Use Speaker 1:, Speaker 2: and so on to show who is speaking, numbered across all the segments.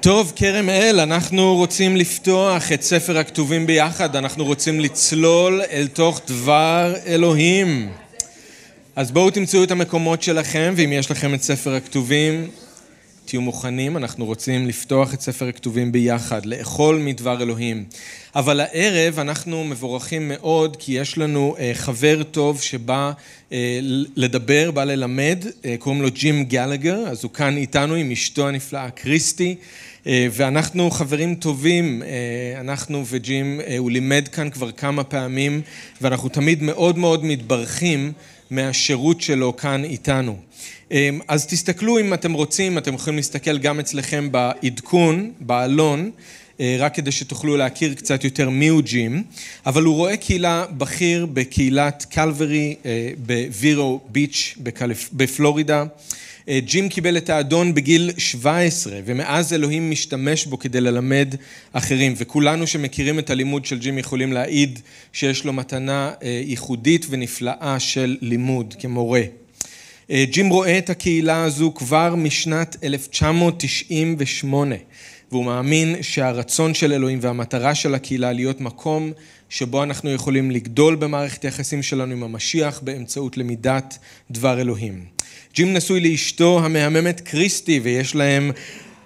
Speaker 1: טוב, כרם אל, אנחנו רוצים לפתוח את ספר הכתובים ביחד, אנחנו רוצים לצלול אל תוך דבר אלוהים. אז בואו תמצאו את המקומות שלכם, ואם יש לכם את ספר הכתובים, תהיו מוכנים, אנחנו רוצים לפתוח את ספר הכתובים ביחד, לאכול מדבר אלוהים. אבל הערב אנחנו מבורכים מאוד, כי יש לנו אה, חבר טוב שבא אה, לדבר, בא ללמד, אה, קוראים לו ג'ים גלגר, אז הוא כאן איתנו עם אשתו הנפלאה קריסטי, אה, ואנחנו חברים טובים, אה, אנחנו וג'ים, אה, הוא לימד כאן כבר כמה פעמים, ואנחנו תמיד מאוד מאוד מתברכים. מהשירות שלו כאן איתנו. אמ, אז תסתכלו אם אתם רוצים, אתם יכולים להסתכל גם אצלכם בעדכון, בעלון, אה, רק כדי שתוכלו להכיר קצת יותר מיהו ג'ים, אבל הוא רואה קהילה בכיר בקהילת קלברי אה, בווירו ביץ' בקליפ... בפלורידה. אה, ג'ים קיבל את האדון בגיל 17, ומאז אלוהים משתמש בו כדי ללמד אחרים. וכולנו שמכירים את הלימוד של ג'ים יכולים להעיד שיש לו מתנה אה, ייחודית ונפלאה של לימוד כמורה. אה, ג'ים רואה את הקהילה הזו כבר משנת 1998, והוא מאמין שהרצון של אלוהים והמטרה של הקהילה להיות מקום שבו אנחנו יכולים לגדול במערכת היחסים שלנו עם המשיח באמצעות למידת דבר אלוהים. ג'ים נשוי לאשתו המהממת קריסטי, ויש להם...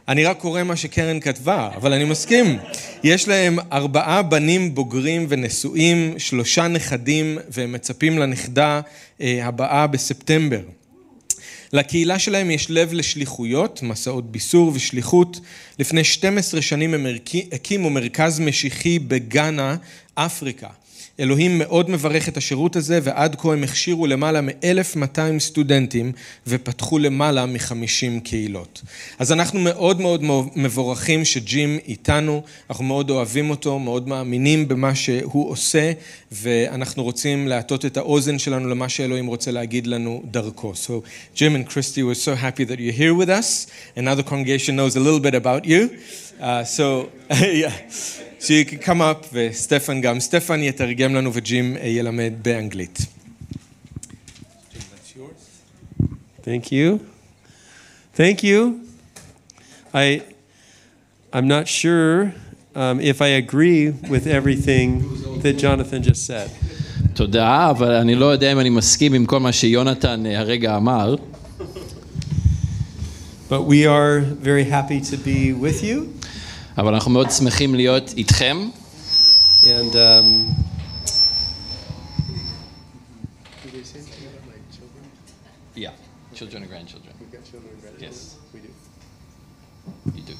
Speaker 1: אני רק קורא מה שקרן כתבה, אבל אני מסכים. יש להם ארבעה בנים בוגרים ונשואים, שלושה נכדים, והם מצפים לנכדה אה, הבאה בספטמבר. לקהילה שלהם יש לב לשליחויות, מסעות ביסור ושליחות. לפני 12 שנים הם הקימו מרכז משיחי בגאנה, אפריקה. אלוהים מאוד מברך את השירות הזה, ועד כה הם הכשירו למעלה מ-1,200 סטודנטים ופתחו למעלה מ-50 קהילות. אז אנחנו מאוד מאוד מבורכים שג'ים איתנו, אנחנו מאוד אוהבים אותו, מאוד מאמינים במה שהוא עושה, ואנחנו רוצים להטות את האוזן שלנו למה שאלוהים רוצה להגיד לנו דרכו. So, Jim and Christy, we're so happy that you're here with us, and now the congregation knows a little bit about you. Uh, so, yeah. So you can come up, וסטפן גם. סטפן יתרגם לנו וג'ים אה, ילמד באנגלית.
Speaker 2: Thank you. Thank you. I, I'm not sure um, if I agree with everything that Jonathan just said.
Speaker 3: תודה, אבל אני לא יודע אם אני מסכים עם כל מה שיונתן אה, הרגע אמר.
Speaker 2: But we are very happy to be with you.
Speaker 3: אבל אנחנו מאוד שמחים להיות איתכם.
Speaker 2: And, um,
Speaker 3: Yeah, children and grandchildren.
Speaker 4: We've got children and grandchildren.
Speaker 3: Yes.
Speaker 4: We do.
Speaker 3: You do.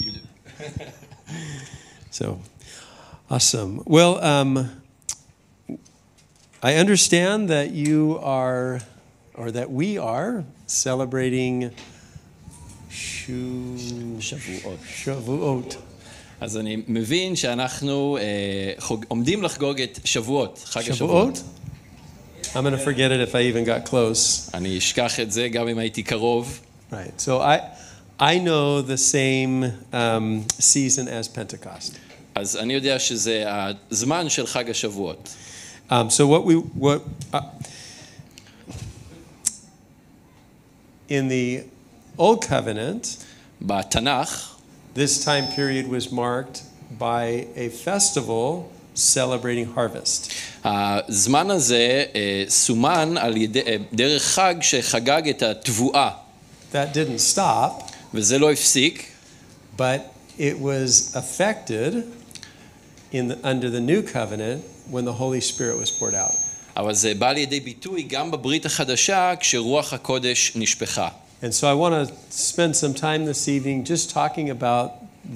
Speaker 3: You do.
Speaker 2: so, awesome. Well, um, I understand that you are, or that we are, celebrating Shu-
Speaker 3: שבועות.
Speaker 2: Shavuot.
Speaker 3: אז אני מבין שאנחנו אה, חוג... עומדים לחגוג את שבועות, חג השבועות.
Speaker 2: Shavuot? I'm going to forget it if I even got close.
Speaker 3: אני אשכח את זה גם אם הייתי קרוב.
Speaker 2: Right. So I, I know the same um, season as Pentecost.
Speaker 3: אז אני יודע שזה הזמן של חג השבועות.
Speaker 2: Um, so what we what uh, in the old covenant,
Speaker 3: בתנ"ך,
Speaker 2: this time period was marked by a festival celebrating harvest.
Speaker 3: הזמן הזה אה, סומן על ידי, אה, דרך חג שחגג את התבואה,
Speaker 2: That didn't stop,
Speaker 3: וזה לא הפסיק,
Speaker 2: but it was affected in the, under the new covenant when the Holy Spirit was poured out.
Speaker 3: אבל זה בא לידי ביטוי גם בברית החדשה כשרוח הקודש נשפכה.
Speaker 2: And so I want to spend some time this evening just talking about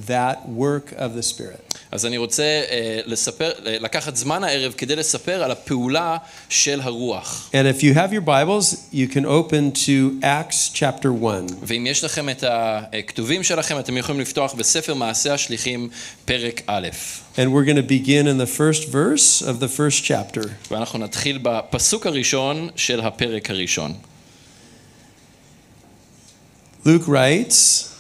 Speaker 2: that work of the Spirit.
Speaker 3: אז אני רוצה אה, לספר, אה, לקחת זמן הערב כדי לספר על הפעולה של הרוח.
Speaker 2: And if you have your Bibles, you can open to Acts chapter 1.
Speaker 3: ואם יש לכם את הכתובים שלכם, אתם יכולים לפתוח בספר מעשי השליחים, פרק א'.
Speaker 2: And we're going to begin in the first verse of the first chapter.
Speaker 3: ואנחנו נתחיל בפסוק הראשון של הפרק הראשון.
Speaker 2: Luke writes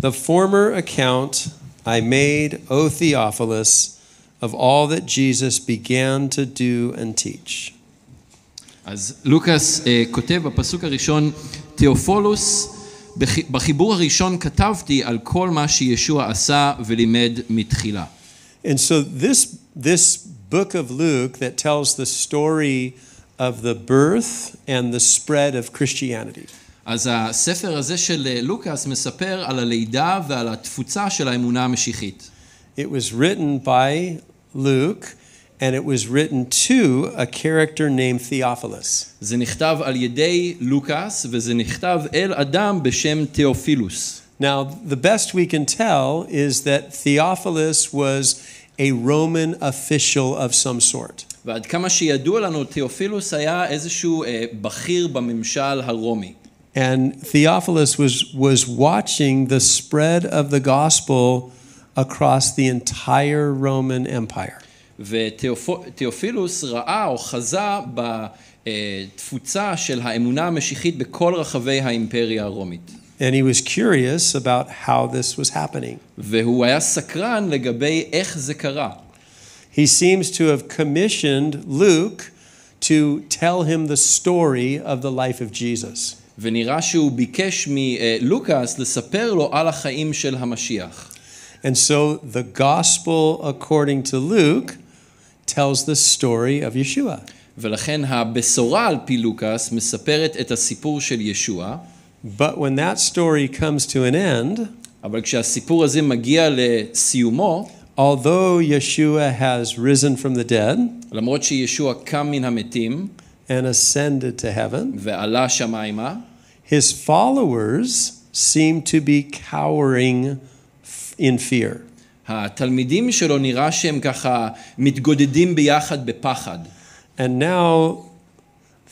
Speaker 2: The former account I made, O Theophilus, of all that Jesus began to do and teach.
Speaker 3: אז לוקאס אה, כותב בפסוק הראשון, תיאופולוס בח- בחיבור הראשון כתבתי על כל מה שישוע עשה ולימד מתחילה.
Speaker 2: And so this this book of Luke that tells the story of the birth and the spread of Christianity.
Speaker 3: אז הספר הזה של אה, לוקאס מספר על הלידה ועל התפוצה של האמונה המשיחית.
Speaker 2: It was written by Luke and it was written to a character named Theophilus.
Speaker 3: זה נכתב על ידי לוקאס וזה נכתב אל אדם בשם תיאופילוס.
Speaker 2: Now, the best we can tell is that Theophilus was a Roman official of some sort.
Speaker 3: ועד כמה שידוע לנו, תיאופילוס היה איזשהו אה, בכיר בממשל הרומי.
Speaker 2: And Theophilus was, was watching the spread of the gospel across the entire Roman Empire.
Speaker 3: ותיאופילוס ראה או חזה בתפוצה של האמונה המשיחית בכל רחבי האימפריה הרומית.
Speaker 2: And he was curious about how this was happening.
Speaker 3: והוא היה סקרן לגבי איך זה קרה.
Speaker 2: He seems to have commissioned Luke to tell him the story of the life of Jesus.
Speaker 3: ונראה שהוא ביקש מלוקאס לספר לו על החיים של המשיח.
Speaker 2: And so the gospel, according to Luke, tells the story of Yeshua.
Speaker 3: ולכן הבשורה על פי לוקאס מספרת את הסיפור של ישוע,
Speaker 2: But when that story comes to an end,
Speaker 3: אבל כשהסיפור הזה מגיע לסיומו,
Speaker 2: although Yeshua has risen from the dead
Speaker 3: למרות שישוע קם מן המתים
Speaker 2: and ascended to heaven,
Speaker 3: ועלה שמיימה,
Speaker 2: his followers seem to be cowering f- in fear.
Speaker 3: התלמידים שלו נראה שהם ככה מתגודדים ביחד בפחד.
Speaker 2: And now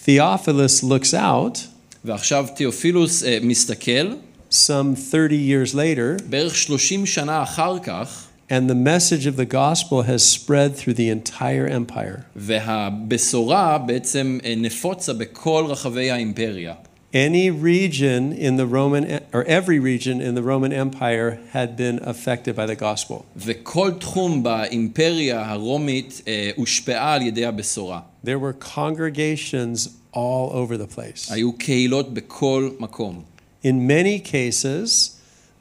Speaker 2: Theophilus looks out
Speaker 3: ועכשיו תיאופילוס אה, מסתכל,
Speaker 2: some 30 years later,
Speaker 3: בערך 30 שנה אחר כך,
Speaker 2: and the message of the gospel has spread through the entire empire.
Speaker 3: והבשורה בעצם אה, נפוצה בכל רחבי האימפריה.
Speaker 2: Any region in the Roman, e, or every region in the Roman Empire had been affected by the gospel.
Speaker 3: וכל תחום באימפריה הרומית אה, הושפעה על ידי הבשורה.
Speaker 2: There were congregations all over the place.
Speaker 3: היו קהילות בכל מקום.
Speaker 2: In many cases,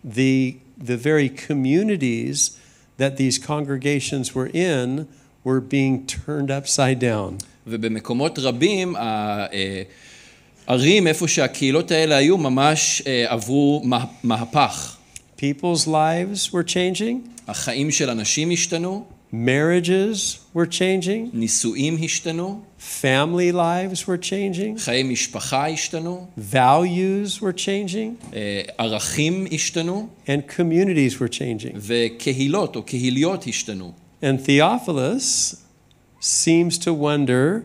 Speaker 2: the, the very communities that these congregations were in were being turned upside down.
Speaker 3: ובמקומות רבים, הערים, איפה שהקהילות האלה היו, ממש אה, עברו מה- מהפך.
Speaker 2: People's lives were changing,
Speaker 3: החיים של אנשים השתנו,
Speaker 2: marriages were changing,
Speaker 3: נישואים השתנו,
Speaker 2: family lives were changing,
Speaker 3: חיי משפחה השתנו,
Speaker 2: values were changing,
Speaker 3: אה, ערכים השתנו,
Speaker 2: and communities were changing.
Speaker 3: וקהילות או קהיליות השתנו.
Speaker 2: And Theophilus seems to wonder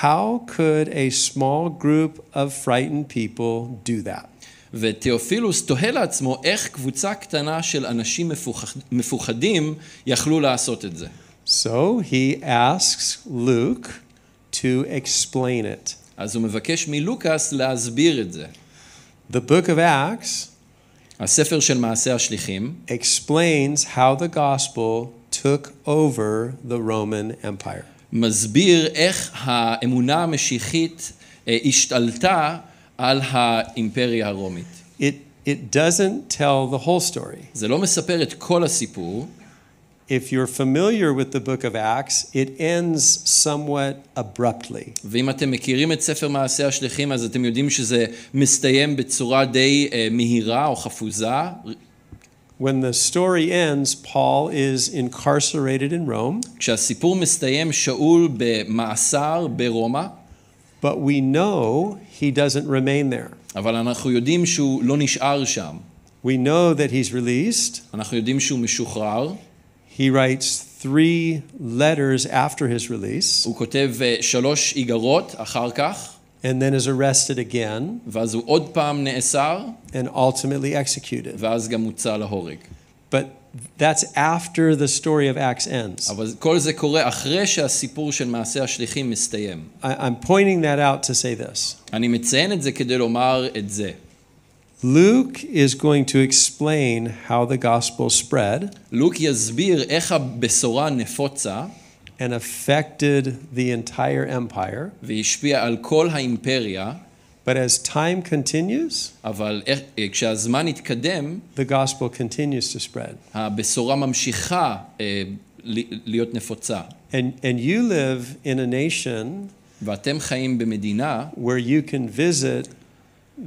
Speaker 2: how could a small group of frightened people do that?
Speaker 3: ותיאופילוס תוהה לעצמו איך קבוצה קטנה של אנשים מפוחד, מפוחדים יכלו לעשות את זה.
Speaker 2: So he asks Luke to explain it.
Speaker 3: אז הוא מבקש מלוקאס להסביר את זה.
Speaker 2: The book of Acts
Speaker 3: הספר של מעשה השליחים
Speaker 2: explains how the gospel took over the Roman Empire.
Speaker 3: מסביר איך האמונה המשיחית אה, השתלטה על האימפריה הרומית.
Speaker 2: It, it doesn't tell the whole story.
Speaker 3: זה לא מספר את כל הסיפור,
Speaker 2: If you're familiar with the book of Acts, it ends somewhat abruptly.
Speaker 3: ואם אתם מכירים את ספר מעשה השליחים, אז אתם יודעים שזה מסתיים בצורה די אה, מהירה או חפוזה,
Speaker 2: When the story ends, Paul is incarcerated in Rome,
Speaker 3: כשהסיפור מסתיים, שאול במאסר ברומא,
Speaker 2: but we know he doesn't remain there.
Speaker 3: אבל אנחנו יודעים שהוא לא נשאר שם.
Speaker 2: We know that he's released,
Speaker 3: אנחנו יודעים שהוא משוחרר.
Speaker 2: He writes three letters after his release
Speaker 3: הוא כותב אה, שלוש איגרות אחר כך,
Speaker 2: and then is arrested again
Speaker 3: ואז הוא עוד פעם נאסר,
Speaker 2: and ultimately executed.
Speaker 3: ואז גם הוצא להורג.
Speaker 2: But that's after the story of Acts ends.
Speaker 3: אבל כל זה קורה אחרי שהסיפור של מעשה השליחים מסתיים.
Speaker 2: I, I'm pointing that out to say this
Speaker 3: אני מציין את זה כדי לומר את זה.
Speaker 2: Luke is going to explain how the gospel spread
Speaker 3: לוק יסביר איך הבשורה נפוצה
Speaker 2: and affected the entire empire,
Speaker 3: והשפיעה על כל האימפריה,
Speaker 2: But as time continues,
Speaker 3: אבל איך- אה, כשהזמן התקדם,
Speaker 2: the gospel continues to spread.
Speaker 3: הבשורה ממשיכה אה, ל- להיות נפוצה.
Speaker 2: And, and you live in a nation
Speaker 3: ואתם חיים במדינה
Speaker 2: where you can visit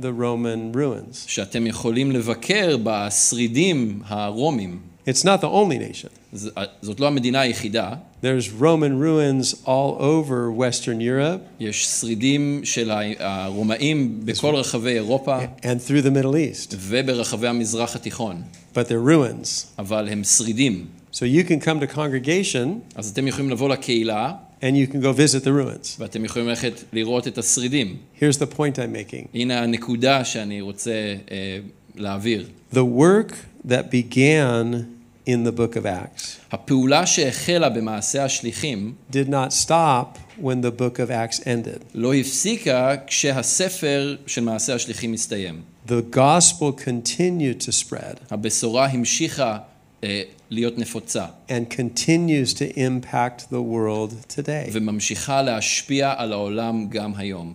Speaker 2: the Roman ruins.
Speaker 3: שאתם יכולים לבקר בשרידים הרומים.
Speaker 2: It's not the only nation.
Speaker 3: ז- אה, זאת לא המדינה היחידה,
Speaker 2: There's Roman ruins all over Western Europe
Speaker 3: יש שרידים של ה- הרומאים בכל רחבי אירופה
Speaker 2: and through the Middle East,
Speaker 3: וברחבי המזרח התיכון,
Speaker 2: but they're ruins.
Speaker 3: אבל הם שרידים.
Speaker 2: So you can come to congregation
Speaker 3: אז אתם יכולים לבוא לקהילה
Speaker 2: and you can go visit the ruins.
Speaker 3: ואתם יכולים ללכת לראות את השרידים.
Speaker 2: Here's the point I'm making
Speaker 3: הנה הנקודה שאני רוצה אה, להעביר.
Speaker 2: the work that began in the book of Acts
Speaker 3: הפעולה שהחלה במעשה השליחים
Speaker 2: did not stop when the book of Acts ended.
Speaker 3: לא הפסיקה כשהספר של מעשה השליחים הסתיים.
Speaker 2: The gospel continued to spread
Speaker 3: הבשורה המשיכה אה, להיות נפוצה
Speaker 2: and continues to impact the world today.
Speaker 3: וממשיכה להשפיע על העולם גם היום.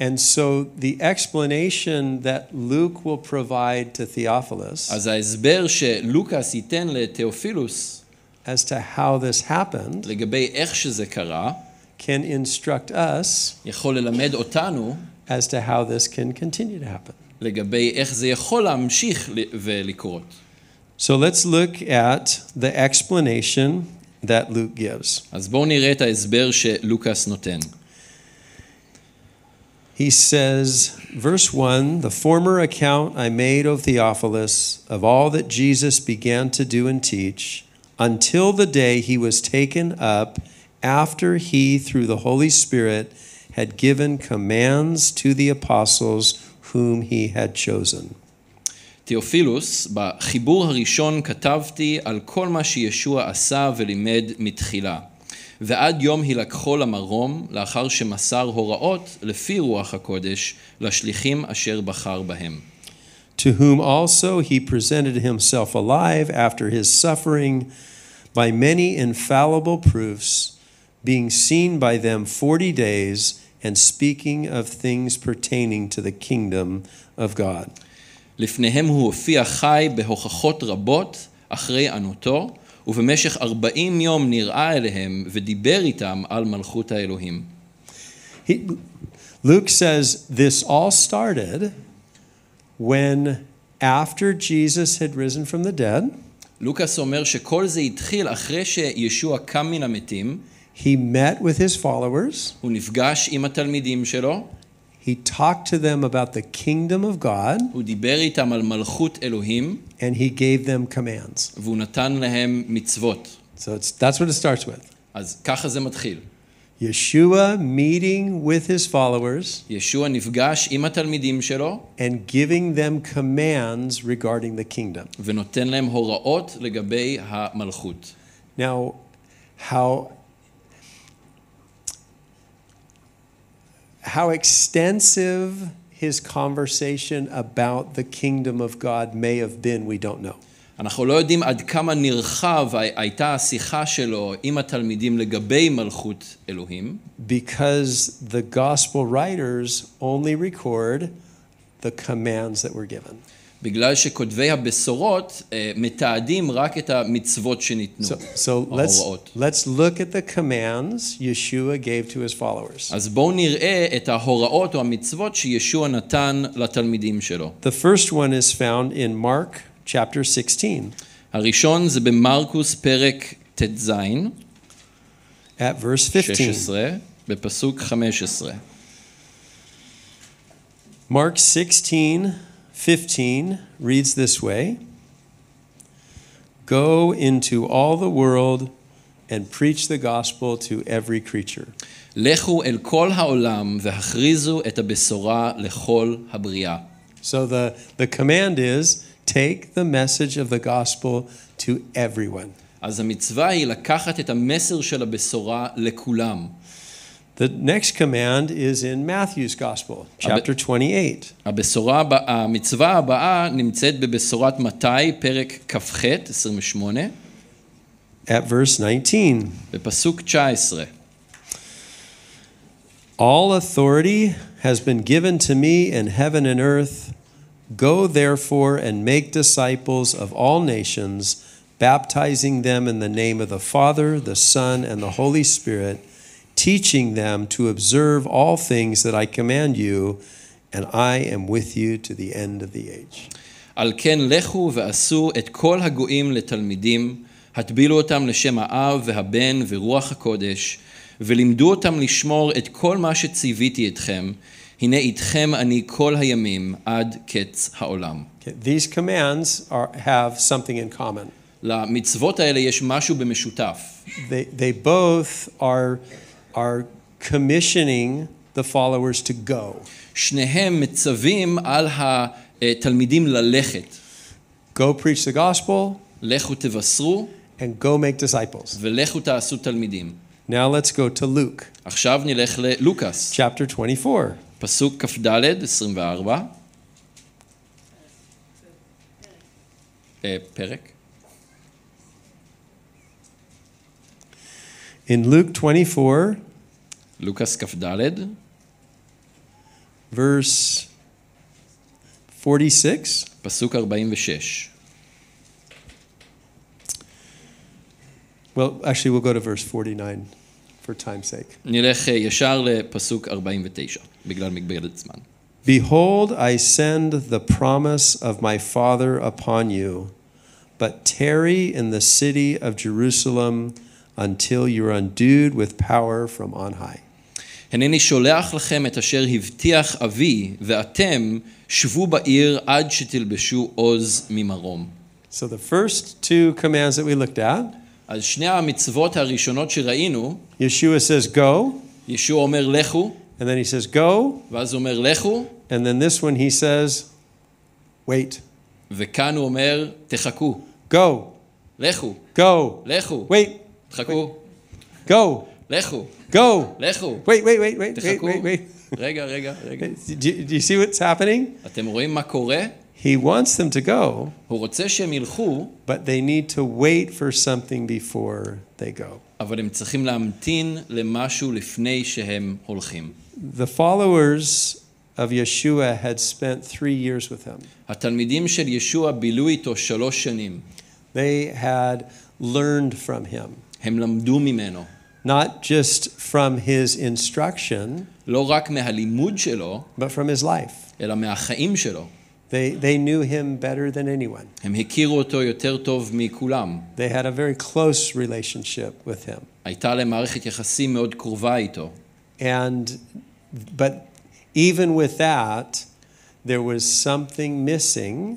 Speaker 2: And so the explanation that Luke will provide to Theophilus
Speaker 3: אז ההסבר שלוקאס ייתן לתיאופילוס
Speaker 2: as to how this happened
Speaker 3: לגבי איך שזה קרה,
Speaker 2: can instruct us
Speaker 3: יכול ללמד אותנו
Speaker 2: as to how this can continue to happen.
Speaker 3: לגבי איך זה יכול להמשיך ל- ולקרות.
Speaker 2: So let's look at the explanation that Luke gives.
Speaker 3: אז בואו נראה את ההסבר שלוקאס נותן.
Speaker 2: He says, verse 1 The former account I made, O Theophilus, of all that Jesus began to do and teach until the day he was taken up, after he, through the Holy Spirit, had given commands to the apostles whom he had chosen.
Speaker 3: תיאופילוס, בחיבור הראשון כתבתי על כל מה שישוע עשה ולימד מתחילה. ועד יום הילקחו למרום, לאחר שמסר הוראות, לפי רוח הקודש, לשליחים אשר בחר בהם.
Speaker 2: to whom also he presented himself alive after his suffering by many infallible proofs, being seen by them forty days, and speaking of things pertaining to the kingdom of God.
Speaker 3: לפניהם הוא הופיע חי בהוכחות רבות אחרי ענותו, ובמשך ארבעים יום נראה אליהם ודיבר איתם על מלכות האלוהים.
Speaker 2: He, Luke says this all started when, after Jesus had risen from the dead,
Speaker 3: לוקאס אומר שכל זה התחיל אחרי שישוע קם מן המתים,
Speaker 2: he met with his followers,
Speaker 3: הוא נפגש עם התלמידים שלו,
Speaker 2: he talked to them about the kingdom of God,
Speaker 3: הוא דיבר איתם על מלכות אלוהים,
Speaker 2: and he gave them commands.
Speaker 3: והוא נתן להם מצוות.
Speaker 2: So it's, that's what it starts with.
Speaker 3: אז ככה זה מתחיל.
Speaker 2: Yeshua meeting with his followers
Speaker 3: ישוע נפגש עם התלמידים שלו
Speaker 2: and giving them commands regarding the kingdom.
Speaker 3: ונותן להם הוראות לגבי המלכות.
Speaker 2: Now, how how extensive his conversation about the kingdom of God may have been, we don't know.
Speaker 3: אנחנו לא יודעים עד כמה נרחב הי- הייתה השיחה שלו עם התלמידים לגבי מלכות אלוהים,
Speaker 2: Because the gospel writers only record the commands that were given.
Speaker 3: בגלל שכותבי הבשורות אה, מתעדים רק את המצוות שניתנו,
Speaker 2: So, so let's,
Speaker 3: ההוראות.
Speaker 2: let's look at the commands Yeshua gave to his followers.
Speaker 3: אז בואו נראה את ההוראות או המצוות שישוע נתן לתלמידים שלו.
Speaker 2: The first one is found in Mark chapter 16
Speaker 3: הראשון זה במרקוס פרק ט"ז,
Speaker 2: at verse 15.
Speaker 3: 16, בפסוק 15.
Speaker 2: Mark 16, 15 reads this way Go into all the world and preach the gospel to every creature.
Speaker 3: לכו אל כל העולם והכריזו את הבשורה לכל הבריאה.
Speaker 2: So the, the command is take the message of the gospel to everyone.
Speaker 3: אז המצווה היא לקחת את המסר של הבשורה לכולם.
Speaker 2: The next command is in Matthew's Gospel, chapter 28,
Speaker 3: הבשורה, הבא- המצווה הבאה נמצאת בבשורת מתי, פרק כ"ח, 28,
Speaker 2: at verse 19.
Speaker 3: בפסוק 19.
Speaker 2: All authority has been given to me in heaven and earth. Go therefore and make disciples of all nations, baptizing them in the name of the Father, the Son, and the Holy Spirit, teaching them to observe all things that I command you, and I am with you to the end of the age.
Speaker 3: על כן לכו ועשו את כל הגויים לתלמידים, הטבילו אותם לשם האב והבן ורוח הקודש, ולימדו אותם לשמור את כל מה שציוויתי אתכם, הנה איתכם אני כל הימים עד קץ העולם.
Speaker 2: Okay, these commands are, have something in common.
Speaker 3: למצוות האלה יש משהו במשותף.
Speaker 2: They, they both are, are commissioning the followers to go.
Speaker 3: שניהם מצווים על התלמידים ללכת.
Speaker 2: Go preach the gospel
Speaker 3: לכו תבשרו
Speaker 2: and go make disciples.
Speaker 3: ולכו תעשו תלמידים.
Speaker 2: Now let's go to Luke
Speaker 3: עכשיו נלך ללוקאס,
Speaker 2: chapter 24.
Speaker 3: פסוק כ"ד, 24. אה, פרק.
Speaker 2: In Luke 24,
Speaker 3: לוקאס כ"ד,
Speaker 2: verse 46,
Speaker 3: פסוק 46.
Speaker 2: well, actually, we'll go to verse 49 for time's sake.
Speaker 3: נלך אה, ישר לפסוק 49, בגלל מגבלת זמן.
Speaker 2: Behold, I send the promise of my Father upon you, but tarry in the city of Jerusalem until you're endued with power from on high.
Speaker 3: הנני שולח לכם את אשר הבטיח אבי, ואתם שבו בעיר עד שתלבשו עוז ממרום.
Speaker 2: So the first two commands that we looked at,
Speaker 3: אז שני המצוות הראשונות שראינו,
Speaker 2: Yeshua says go,
Speaker 3: ישוע אומר לכו,
Speaker 2: and then he says go,
Speaker 3: ואז הוא אומר לכו,
Speaker 2: and then this one he says wait,
Speaker 3: וכאן הוא אומר תחכו,
Speaker 2: go,
Speaker 3: לכו,
Speaker 2: go,
Speaker 3: לכו,
Speaker 2: wait,
Speaker 3: תחכו,
Speaker 2: go,
Speaker 3: לכו,
Speaker 2: go.
Speaker 3: לכו,
Speaker 2: Wait, wait, wait, wait, wait,
Speaker 3: תחכו.
Speaker 2: wait, wait.
Speaker 3: רגע, רגע, רגע.
Speaker 2: Do, do you see what's happening?
Speaker 3: אתם רואים מה קורה?
Speaker 2: He wants them to go,
Speaker 3: הוא רוצה שהם ילכו,
Speaker 2: but they need to wait for something before they go.
Speaker 3: אבל הם צריכים להמתין למשהו לפני שהם הולכים.
Speaker 2: The followers of Yeshua had spent three years with him.
Speaker 3: התלמידים של ישוע בילו איתו שלוש שנים.
Speaker 2: They had learned from him,
Speaker 3: הם למדו ממנו.
Speaker 2: not just from his instruction,
Speaker 3: לא רק מהלימוד שלו,
Speaker 2: but from his life.
Speaker 3: אלא מהחיים שלו.
Speaker 2: They, they knew him better than anyone.
Speaker 3: הם הכירו אותו יותר טוב מכולם.
Speaker 2: They had a very close relationship with him.
Speaker 3: הייתה להם מערכת יחסים מאוד קרובה איתו.
Speaker 2: And, but even with that, there was something missing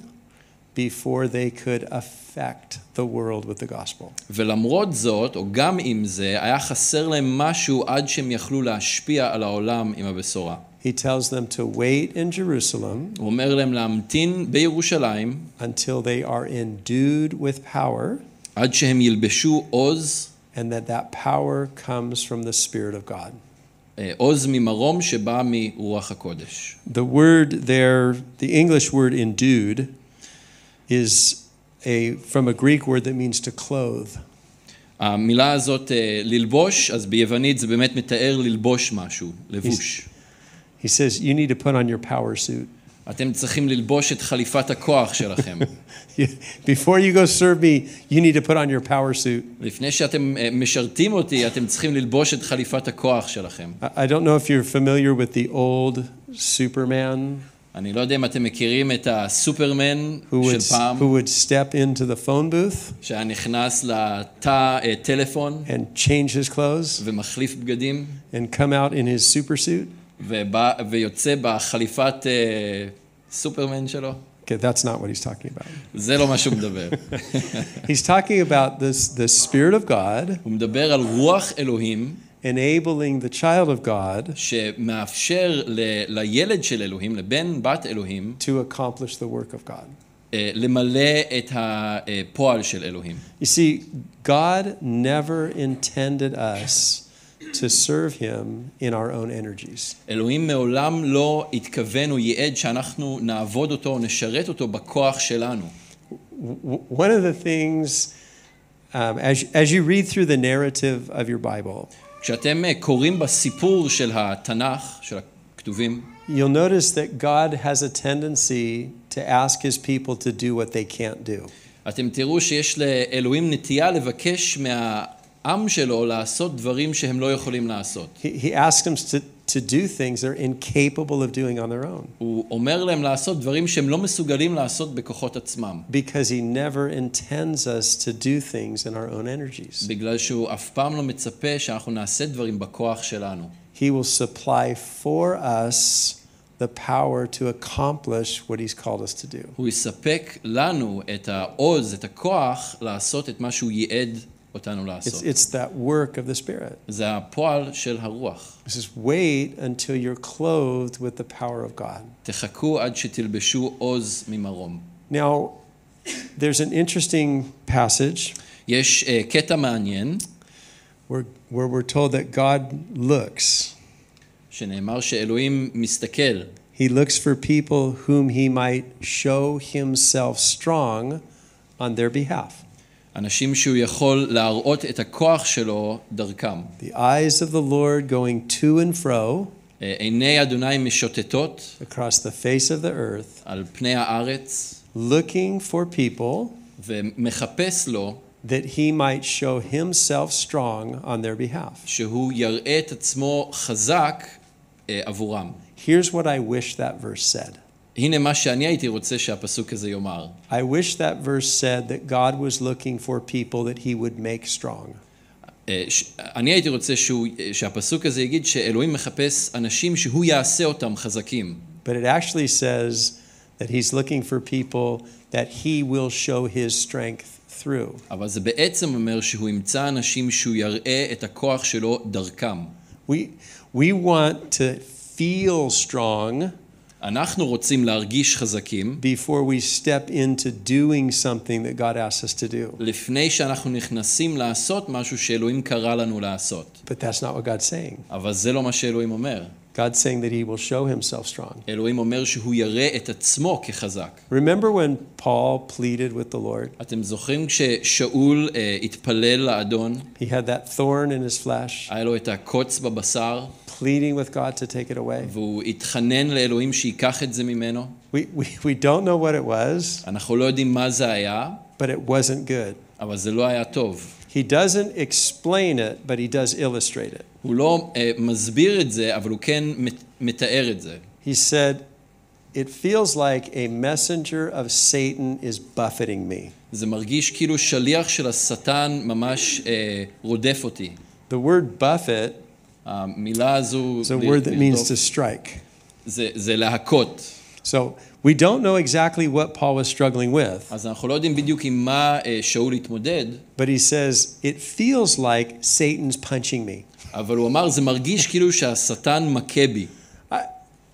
Speaker 2: before they could affect the world with the gospel.
Speaker 3: ולמרות זאת, או גם עם זה, היה חסר להם משהו עד שהם יכלו להשפיע על העולם עם הבשורה.
Speaker 2: He tells them to wait in Jerusalem
Speaker 3: הוא אומר להם להמתין בירושלים
Speaker 2: until they are endued with power,
Speaker 3: עד שהם ילבשו עוז,
Speaker 2: and that that power comes from the Spirit of God.
Speaker 3: אה, עוז ממרום שבא מרוח הקודש.
Speaker 2: The word there, the English word endued, is a, from a Greek word that means to clothe.
Speaker 3: המילה הזאת אה, ללבוש, אז ביוונית זה באמת מתאר ללבוש משהו, לבוש.
Speaker 2: He says, You need to put on your power suit.
Speaker 3: אתם צריכים ללבוש את חליפת הכוח שלכם.
Speaker 2: You- Before you go serve me, you need to put on your power suit.
Speaker 3: לפני שאתם אה, משרתים אותי, אתם צריכים ללבוש את חליפת הכוח שלכם.
Speaker 2: I I don't know if you're familiar with the old Superman
Speaker 3: אני לא יודע אם אתם מכירים את הסופרמן
Speaker 2: who would,
Speaker 3: של פעם,
Speaker 2: who would step into the phone booth
Speaker 3: שהיה נכנס לתא אה, טלפון
Speaker 2: and change his clothes
Speaker 3: ומחליף בגדים,
Speaker 2: and come out in his super suit.
Speaker 3: ובא, ויוצא בחליפת אה, סופרמן שלו.
Speaker 2: Okay, that's not what he's talking about.
Speaker 3: זה לא מה שהוא מדבר.
Speaker 2: He's talking about this the Spirit of God
Speaker 3: הוא מדבר על רוח אלוהים
Speaker 2: enabling the child of God
Speaker 3: שמאפשר ל, לילד של אלוהים, לבן, בת אלוהים,
Speaker 2: to accomplish the work of God.
Speaker 3: אה, למלא את הפועל של אלוהים.
Speaker 2: You see, God never intended us to serve him in our own energies.
Speaker 3: אלוהים מעולם לא התכוון או ייעד שאנחנו נעבוד אותו או נשרת אותו בכוח שלנו.
Speaker 2: W- One of the things, um, as, as you read through the narrative of your Bible,
Speaker 3: כשאתם אה, קוראים בסיפור של התנ"ך, של הכתובים,
Speaker 2: you'll notice that God has a tendency to ask his people to do what they can't do.
Speaker 3: אתם תראו שיש לאלוהים נטייה לבקש מהעם שלו לעשות דברים שהם לא יכולים לעשות.
Speaker 2: He, he asks them to, to do things they're incapable of doing on their own
Speaker 3: הוא אומר להם לעשות דברים שהם לא מסוגלים לעשות בכוחות עצמם,
Speaker 2: because he never intends us to do things in our own energies.
Speaker 3: בגלל שהוא אף פעם לא מצפה שאנחנו נעשה דברים בכוח שלנו.
Speaker 2: He will supply for us the power to accomplish what he's called us to do.
Speaker 3: הוא יספק לנו את העוז, את הכוח, לעשות את מה שהוא ייעד אותנו
Speaker 2: It's,
Speaker 3: לעשות.
Speaker 2: it's that work of the Spirit.
Speaker 3: זה הפועל של הרוח.
Speaker 2: It says, wait until you're clothed with the power of God.
Speaker 3: תחכו עד שתלבשו עוז ממרום.
Speaker 2: Now, there's an interesting passage
Speaker 3: יש אה, קטע מעניין,
Speaker 2: where, where we're told that God looks.
Speaker 3: שנאמר שאלוהים מסתכל,
Speaker 2: He looks for people whom he might show himself strong on their behalf.
Speaker 3: אנשים שהוא יכול להראות את הכוח שלו דרכם.
Speaker 2: The eyes of the Lord going to and fro
Speaker 3: אה, עיני אדוני משוטטות
Speaker 2: across the face of the earth,
Speaker 3: על פני הארץ,
Speaker 2: looking for people
Speaker 3: ומחפש לו
Speaker 2: that he might show himself strong on their behalf.
Speaker 3: שהוא יראה את עצמו חזק אה, עבורם.
Speaker 2: Here's what I wish that verse said
Speaker 3: הנה מה שאני הייתי רוצה שהפסוק הזה יאמר.
Speaker 2: I wish that verse said that God was looking for people that he would make strong.
Speaker 3: אה, ש- אני הייתי רוצה שהוא, אה, שהפסוק הזה יגיד שאלוהים מחפש אנשים שהוא יעשה אותם חזקים.
Speaker 2: But it actually says that he's looking for people that he will show his strength through.
Speaker 3: אבל זה בעצם אומר שהוא ימצא אנשים שהוא יראה את הכוח שלו דרכם.
Speaker 2: We, we want to feel strong
Speaker 3: אנחנו רוצים להרגיש חזקים
Speaker 2: before we step into doing something that God asks us to do.
Speaker 3: לפני שאנחנו נכנסים לעשות משהו שאלוהים קרא לנו לעשות.
Speaker 2: But that's not what God's saying.
Speaker 3: אבל זה לא מה שאלוהים אומר.
Speaker 2: God's saying that he will show himself strong.
Speaker 3: אלוהים אומר שהוא יראה את עצמו כחזק.
Speaker 2: Remember when Paul pleaded with the Lord?
Speaker 3: אתם זוכרים כששאול אה, התפלל לאדון,
Speaker 2: He had that thorn in his flesh,
Speaker 3: היה לו את הקוץ בבשר,
Speaker 2: pleading with God to take it away.
Speaker 3: והוא התחנן לאלוהים שייקח את זה ממנו?
Speaker 2: We, we, we don't know what it was,
Speaker 3: אנחנו לא יודעים מה זה היה,
Speaker 2: but it wasn't good.
Speaker 3: אבל זה לא היה טוב.
Speaker 2: He doesn't explain it, but he does illustrate it.
Speaker 3: הוא לא אה, מסביר את זה, אבל הוא כן מת- מתאר את זה.
Speaker 2: He said, It feels like a messenger of Satan is buffeting me.
Speaker 3: זה מרגיש כאילו שליח של השטן ממש אה, רודף אותי.
Speaker 2: The word buffet
Speaker 3: המילה הזו...
Speaker 2: is a
Speaker 3: ל-
Speaker 2: word that means
Speaker 3: לרדוף,
Speaker 2: to strike.
Speaker 3: זה, זה להכות.
Speaker 2: So we don't know exactly what Paul was struggling with,
Speaker 3: אז אנחנו לא יודעים בדיוק עם מה אה, שאול התמודד,
Speaker 2: but he says, It feels like Satan's punching me.
Speaker 3: אבל הוא אמר, זה מרגיש כאילו שהשטן מכה בי.
Speaker 2: I,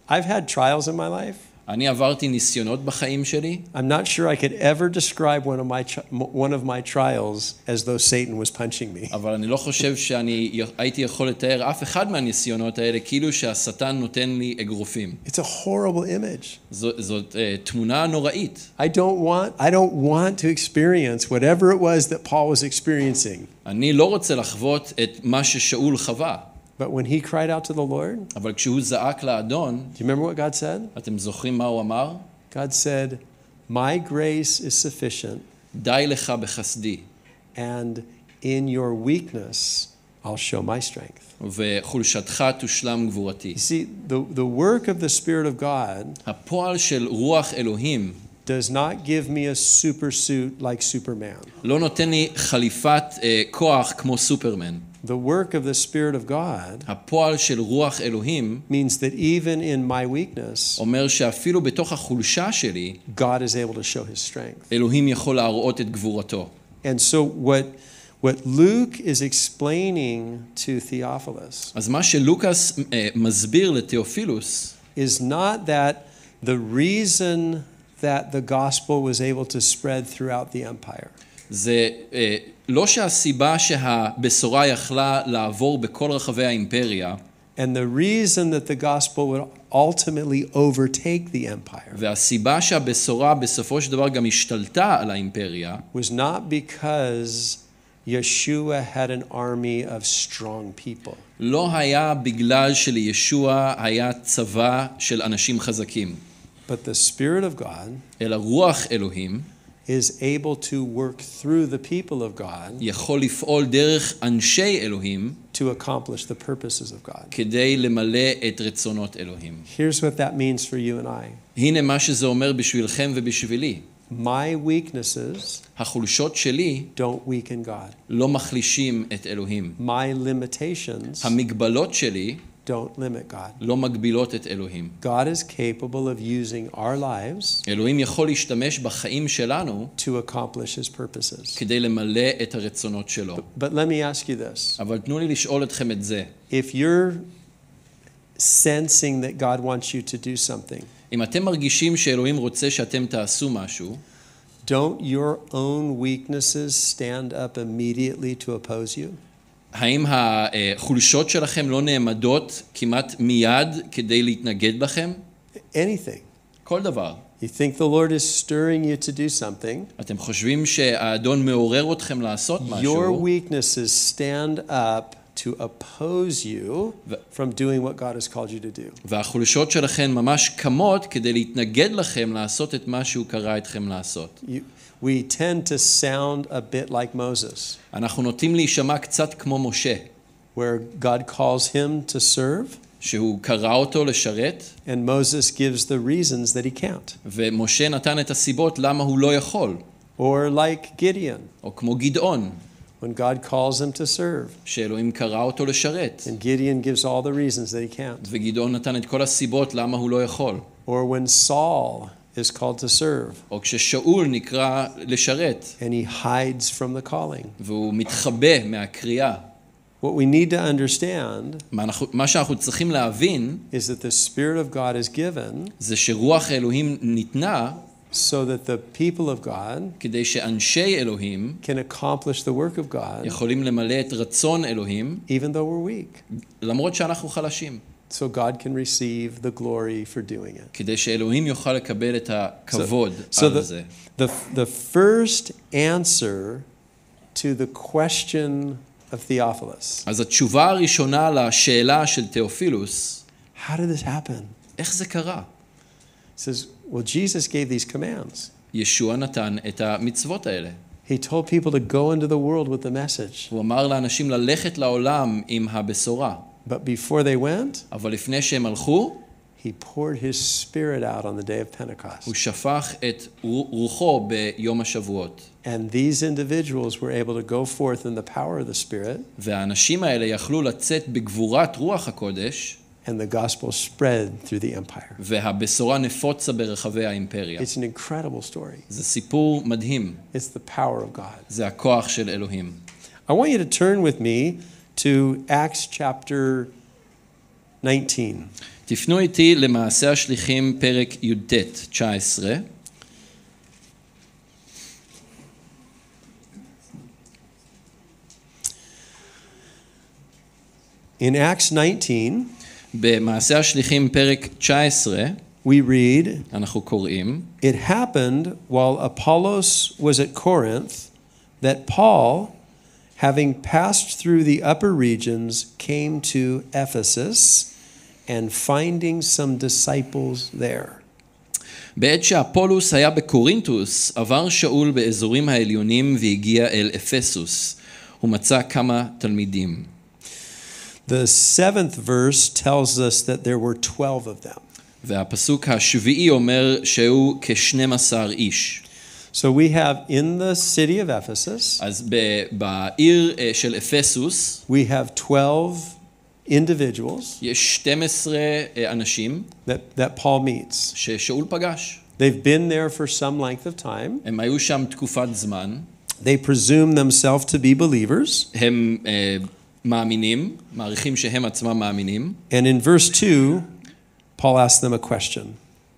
Speaker 2: I've had trials in my life.
Speaker 3: אני עברתי ניסיונות בחיים שלי,
Speaker 2: I'm not sure I could ever describe one of my, tri- m- one of my trials as though Satan was punching me.
Speaker 3: אבל אני לא חושב שאני י- הייתי יכול לתאר אף אחד מהניסיונות האלה כאילו שהשטן נותן לי אגרופים.
Speaker 2: It's a horrible image.
Speaker 3: זו, זאת אה, תמונה נוראית.
Speaker 2: I don't want I don't want to experience whatever it was that Paul was experiencing.
Speaker 3: אני לא רוצה לחוות את מה ששאול חווה,
Speaker 2: But when he cried out to the Lord, do
Speaker 3: אבל כשהוא זעק לאדון,
Speaker 2: you remember what God said?
Speaker 3: אתם זוכרים מה הוא אמר?
Speaker 2: God said, "My grace is sufficient,
Speaker 3: די לך בחסדי,
Speaker 2: and in your weakness I'll show my strength."
Speaker 3: וחולשתך תושלם גבורתי.
Speaker 2: You see, the, the work of the Spirit of God
Speaker 3: הפועל של רוח אלוהים
Speaker 2: does not give me a super suit like Superman.
Speaker 3: לא נותן לי חליפת אה, כוח כמו סופרמן.
Speaker 2: The work of the Spirit of God
Speaker 3: הפועל של רוח אלוהים
Speaker 2: means that even in my weakness,
Speaker 3: אומר שאפילו בתוך החולשה שלי,
Speaker 2: God is able to show his strength.
Speaker 3: אלוהים יכול להראות את גבורתו.
Speaker 2: And so what what Luke is explaining to Theophilus
Speaker 3: אז מה שלוקאס אה, מסביר לתיאופילוס,
Speaker 2: is not that the reason that the gospel was able to spread throughout the empire
Speaker 3: זה אה, לא שהסיבה שהבשורה יכלה לעבור בכל רחבי האימפריה,
Speaker 2: and the reason that the gospel would ultimately overtake the empire
Speaker 3: והסיבה שהבשורה בסופו של דבר גם השתלטה על האימפריה,
Speaker 2: was not because Yeshua had an army of strong people.
Speaker 3: לא היה בגלל שלישוע היה צבא של אנשים חזקים,
Speaker 2: But the Spirit of God
Speaker 3: אלא רוח אלוהים
Speaker 2: is able to work through the people of God
Speaker 3: יכול לפעול דרך אנשי אלוהים
Speaker 2: to accomplish the purposes of God.
Speaker 3: כדי למלא את רצונות אלוהים.
Speaker 2: Here's what that means for you and I
Speaker 3: הנה מה שזה אומר בשבילכם ובשבילי.
Speaker 2: my weaknesses
Speaker 3: החולשות שלי
Speaker 2: don't weaken God,
Speaker 3: לא מחלישים את אלוהים.
Speaker 2: my limitations
Speaker 3: המגבלות שלי
Speaker 2: don't limit God.
Speaker 3: לא מגבילות את אלוהים.
Speaker 2: God is capable of using our lives
Speaker 3: אלוהים יכול להשתמש בחיים שלנו
Speaker 2: to accomplish His purposes.
Speaker 3: כדי למלא את הרצונות שלו.
Speaker 2: But let me ask you this
Speaker 3: אבל תנו לי לשאול אתכם את זה.
Speaker 2: if you're sensing that God wants you to do something,
Speaker 3: אם אתם מרגישים שאלוהים רוצה שאתם תעשו משהו,
Speaker 2: don't your own weaknesses stand up immediately to oppose you?
Speaker 3: האם החולשות שלכם לא נעמדות כמעט מיד כדי להתנגד לכם?
Speaker 2: Anything.
Speaker 3: כל דבר.
Speaker 2: You think the Lord is stirring you to do something,
Speaker 3: אתם חושבים שהאדון מעורר אתכם לעשות
Speaker 2: your
Speaker 3: משהו,
Speaker 2: weaknesses stand up to oppose you
Speaker 3: The-
Speaker 2: from doing what God has called you to do.
Speaker 3: והחולשות שלכם ממש קמות כדי להתנגד לכם לעשות את מה שהוא קרא אתכם לעשות.
Speaker 2: You, we tend to sound a bit like Moses,
Speaker 3: אנחנו נוטים להישמע קצת כמו משה,
Speaker 2: where God calls him to serve,
Speaker 3: שהוא קרא אותו לשרת,
Speaker 2: and Moses gives the reasons that he can't.
Speaker 3: ומשה נתן את הסיבות למה הוא לא יכול,
Speaker 2: Or like Gideon,
Speaker 3: או כמו גדעון,
Speaker 2: when God calls him to serve,
Speaker 3: שאלוהים קרא אותו לשרת,
Speaker 2: and Gideon gives all the reasons that he can't.
Speaker 3: וגדעון נתן את כל הסיבות למה הוא לא יכול,
Speaker 2: Or when Saul is called to serve,
Speaker 3: או כששאול נקרא לשרת,
Speaker 2: and he hides from the calling.
Speaker 3: והוא מתחבא מהקריאה.
Speaker 2: What we need to understand
Speaker 3: מה, אנחנו, מה שאנחנו צריכים להבין,
Speaker 2: is that the Spirit of God is given
Speaker 3: זה שרוח אלוהים ניתנה
Speaker 2: so that the people of God
Speaker 3: כדי שאנשי אלוהים
Speaker 2: can accomplish the work of God,
Speaker 3: יכולים למלא את רצון אלוהים,
Speaker 2: even though we're weak.
Speaker 3: למרות שאנחנו חלשים,
Speaker 2: So God can receive the glory for doing it.
Speaker 3: כדי שאלוהים יוכל לקבל את הכבוד
Speaker 2: so
Speaker 3: על
Speaker 2: the-
Speaker 3: זה.
Speaker 2: The, the first answer to the question of Theophilus
Speaker 3: אז התשובה הראשונה לשאלה של תיאופילוס,
Speaker 2: How did this happen?
Speaker 3: איך זה קרה?
Speaker 2: He says, Well, Jesus gave these commands.
Speaker 3: ישוע נתן את המצוות האלה.
Speaker 2: He told people to go into the world with the message.
Speaker 3: הוא אמר לאנשים ללכת לעולם עם הבשורה,
Speaker 2: But before they went,
Speaker 3: אבל לפני שהם הלכו,
Speaker 2: he poured his spirit out on the day of Pentecost.
Speaker 3: הוא שפך את רו- רוחו ביום השבועות.
Speaker 2: And these individuals were able to go forth in the power of the Spirit,
Speaker 3: והאנשים האלה יכלו לצאת בגבורת רוח הקודש,
Speaker 2: and the gospel spread through the empire.
Speaker 3: והבשורה נפוצה ברחבי האימפריה.
Speaker 2: It's an incredible story.
Speaker 3: זה סיפור מדהים,
Speaker 2: It's the power of God.
Speaker 3: זה הכוח של אלוהים.
Speaker 2: I want you to turn with me to Acts chapter 19.
Speaker 3: תפנו איתי למעשה השליחים, פרק י"ט, 19.
Speaker 2: In Acts 19,
Speaker 3: במעשה השליחים, פרק 19,
Speaker 2: we read,
Speaker 3: אנחנו קוראים,
Speaker 2: It happened while Apollos was at Corinth that Paul, having passed through the upper regions, came to Ephesus and finding some disciples there.
Speaker 3: בעת שאפולוס היה בקורינטוס, עבר שאול באזורים העליונים והגיע אל אפסוס. הוא מצא כמה תלמידים.
Speaker 2: The seventh verse tells us that there were 12 of them.
Speaker 3: והפסוק השביעי אומר שהיו כ-12 איש.
Speaker 2: So we have in the city of Ephesus,
Speaker 3: אז ב- בעיר אה, של אפסוס
Speaker 2: we have 12 individuals
Speaker 3: יש 12 אה, אנשים
Speaker 2: that, that Paul meets.
Speaker 3: ששאול פגש.
Speaker 2: They've been there for some length of time.
Speaker 3: הם היו שם תקופת זמן,
Speaker 2: They presume themselves to be believers.
Speaker 3: הם אה, מאמינים, מעריכים שהם עצמם מאמינים,
Speaker 2: And in verse 2, Paul asks them a question.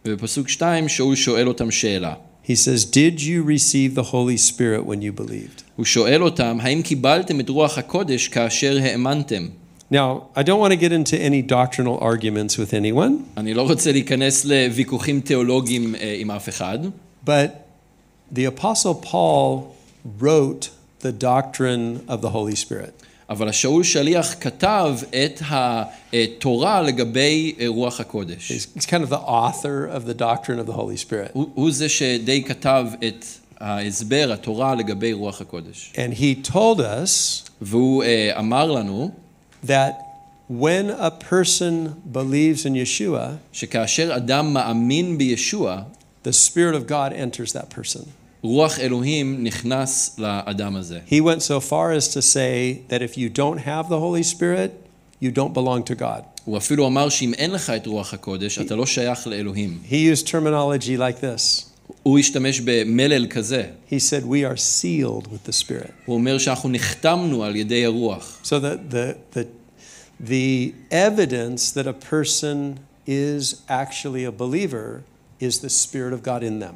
Speaker 3: ובפסוק 2 שאול שואל אותם שאלה.
Speaker 2: He says, Did you receive the Holy Spirit when you believed?
Speaker 3: הוא שואל אותם, האם קיבלתם את רוח הקודש כאשר האמנתם?
Speaker 2: Now, I don't want to get into any doctrinal arguments with anyone,
Speaker 3: אני לא רוצה להיכנס לוויכוחים תיאולוגיים אה, עם אף אחד,
Speaker 2: but the Apostle Paul wrote the doctrine of the Holy Spirit.
Speaker 3: אבל השאול שליח כתב את התורה לגבי אה, רוח הקודש.
Speaker 2: He's, he's kind of the author of the doctrine of the Holy Spirit.
Speaker 3: הוא, הוא זה שדי כתב את ההסבר, התורה לגבי רוח הקודש.
Speaker 2: And he told us
Speaker 3: והוא אה, אמר לנו
Speaker 2: that when a person believes in Yeshua,
Speaker 3: שכאשר אדם מאמין בישוע,
Speaker 2: the Spirit of God enters that person.
Speaker 3: רוח אלוהים נכנס לאדם הזה.
Speaker 2: He went so far as to say that if you don't have the Holy Spirit, you don't belong to God.
Speaker 3: הוא אפילו אמר שאם אין לך את רוח הקודש, אתה לא שייך לאלוהים.
Speaker 2: He used terminology like this
Speaker 3: הוא השתמש במלל כזה.
Speaker 2: He said, We are sealed with the Spirit.
Speaker 3: הוא אומר שאנחנו נחתמנו על ידי הרוח.
Speaker 2: So the, the, the, the evidence that a person is actually a believer is the Spirit of God in them.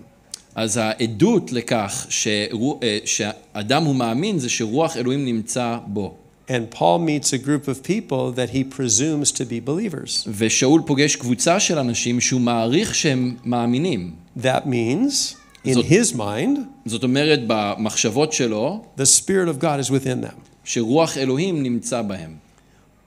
Speaker 3: אז העדות לכך שרו- אה, שאדם הוא מאמין זה שרוח אלוהים נמצא בו.
Speaker 2: And Paul meets a group of people that he presumes to be believers.
Speaker 3: ושאול פוגש קבוצה של אנשים שהוא מעריך שהם מאמינים.
Speaker 2: That means, in
Speaker 3: So-
Speaker 2: his mind,
Speaker 3: זאת אומרת, במחשבות שלו,
Speaker 2: the Spirit of God is within them.
Speaker 3: שרוח אלוהים נמצא בהם.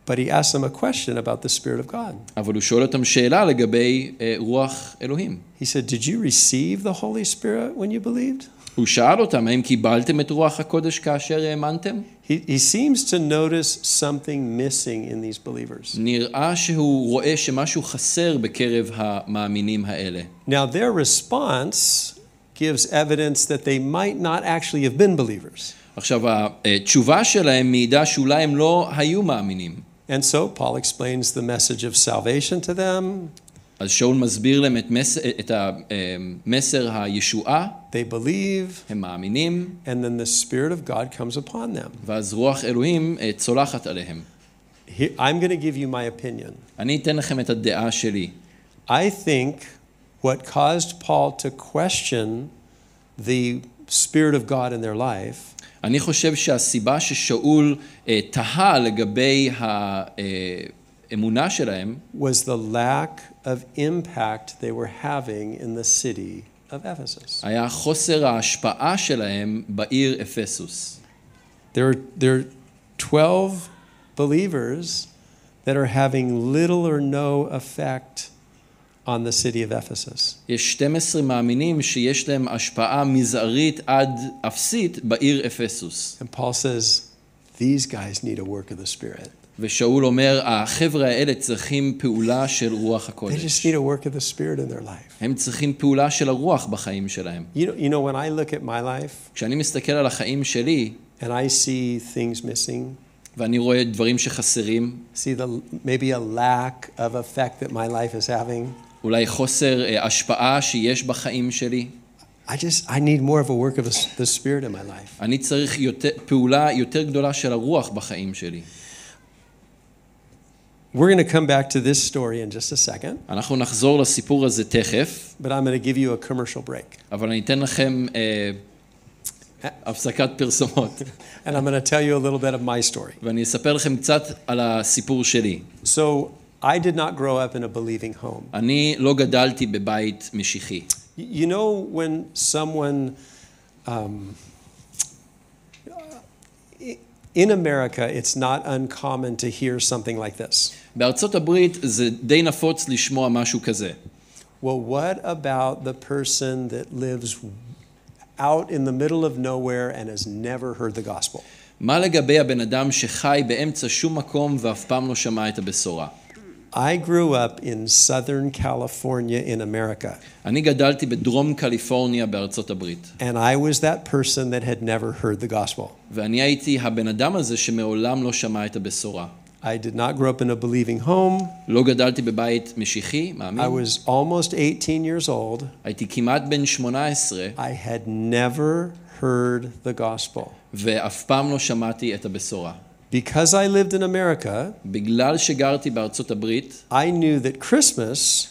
Speaker 2: But he asks them a question about the Spirit of God.
Speaker 3: אבל הוא שואל אותם שאלה לגבי אה, רוח אלוהים.
Speaker 2: He said, Did you receive the Holy Spirit when you believed?
Speaker 3: הוא שאל אותם, האם קיבלתם את רוח הקודש כאשר האמנתם?
Speaker 2: He, he seems to notice something missing in these believers.
Speaker 3: נראה שהוא רואה שמשהו חסר בקרב המאמינים האלה.
Speaker 2: Now, their response gives evidence that they might not actually have been believers.
Speaker 3: עכשיו, התשובה שלהם מעידה שאולי הם לא היו מאמינים.
Speaker 2: And so Paul explains the message of salvation to them.
Speaker 3: אז שאול מסביר להם את, מס... את המסר הישועה,
Speaker 2: They believe,
Speaker 3: הם מאמינים,
Speaker 2: and then the Spirit of God comes upon them.
Speaker 3: ואז רוח אלוהים אה, צולחת עליהם.
Speaker 2: He- I'm going to give you my opinion.
Speaker 3: אני אתן לכם את הדעה שלי.
Speaker 2: I think what caused Paul to question the Spirit of God in their life
Speaker 3: אני חושב שהסיבה ששאול אה, תהה לגבי האמונה שלהם,
Speaker 2: was the lack of impact they were having in the city of Ephesus.
Speaker 3: היה חוסר ההשפעה שלהם בעיר אפסוס.
Speaker 2: There are, there are 12 believers that are having little or no effect on the city of Ephesus.
Speaker 3: יש 12 מאמינים שיש להם השפעה מזערית עד אפסית בעיר אפסוס.
Speaker 2: And Paul says, these guys need a work of the Spirit.
Speaker 3: ושאול אומר, החבר'ה האלה צריכים פעולה של רוח
Speaker 2: They
Speaker 3: הקודש.
Speaker 2: just need a work of the Spirit in their life.
Speaker 3: הם צריכים פעולה של הרוח בחיים שלהם.
Speaker 2: You know, you know, when I look at my life
Speaker 3: כשאני מסתכל על החיים שלי,
Speaker 2: and I see things missing,
Speaker 3: ואני רואה דברים שחסרים,
Speaker 2: see the maybe a lack of effect that my life is having,
Speaker 3: אולי חוסר אה, השפעה שיש בחיים שלי,
Speaker 2: I just I need more of a work of the the Spirit in my life.
Speaker 3: אני צריך יותר, פעולה יותר גדולה של הרוח בחיים שלי.
Speaker 2: We're going to come back to this story in just a second,
Speaker 3: אנחנו נחזור לסיפור הזה תכף,
Speaker 2: but I'm going to give you a commercial break.
Speaker 3: אבל אני אתן לכם אה, הפסקת פרסומות,
Speaker 2: And I'm going to tell you a little bit of my story.
Speaker 3: ואני אספר לכם קצת על הסיפור שלי.
Speaker 2: So, I did not grow up in a believing home.
Speaker 3: אני לא גדלתי בבית משיחי.
Speaker 2: Y- You know, when someone, um, i- in America, it's not uncommon to hear something like this.
Speaker 3: בארצות הברית זה די נפוץ לשמוע משהו כזה.
Speaker 2: Well, what about the person that lives out in the middle of nowhere and has never heard the gospel?
Speaker 3: מה לגבי הבן אדם שחי באמצע שום מקום ואף פעם לא שמע את הבשורה?
Speaker 2: I grew up in Southern California in America,
Speaker 3: אני גדלתי בדרום קליפורניה בארצות הברית,
Speaker 2: and I was that person that had never heard the gospel.
Speaker 3: ואני הייתי הבן אדם הזה שמעולם לא שמע את הבשורה.
Speaker 2: I did not grow up in a believing home.
Speaker 3: לא גדלתי בבית משיחי,
Speaker 2: I
Speaker 3: מאמין.
Speaker 2: was almost 18 years old.
Speaker 3: הייתי כמעט בן 18,
Speaker 2: I had never heard the gospel.
Speaker 3: ואף פעם לא שמעתי את הבשורה.
Speaker 2: Because I lived in America,
Speaker 3: בגלל שגרתי בארצות הברית,
Speaker 2: I knew that Christmas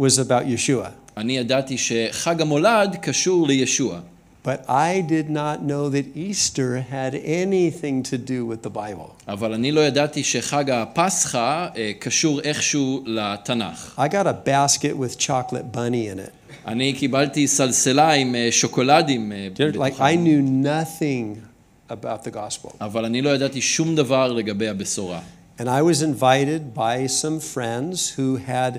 Speaker 2: was about Yeshua,
Speaker 3: אני ידעתי שחג המולד קשור לישוע.
Speaker 2: but I did not know that Easter had anything to do with the Bible.
Speaker 3: אבל אני לא ידעתי שחג הפסחא אה, קשור איכשהו לתנ"ך.
Speaker 2: I got a basket with chocolate bunny in it.
Speaker 3: אני קיבלתי סלסלה עם אה, שוקולדים אה,
Speaker 2: Like
Speaker 3: בתוכה.
Speaker 2: I knew nothing about the gospel.
Speaker 3: אבל אני לא ידעתי שום דבר לגבי הבשורה.
Speaker 2: And I was invited by some friends who had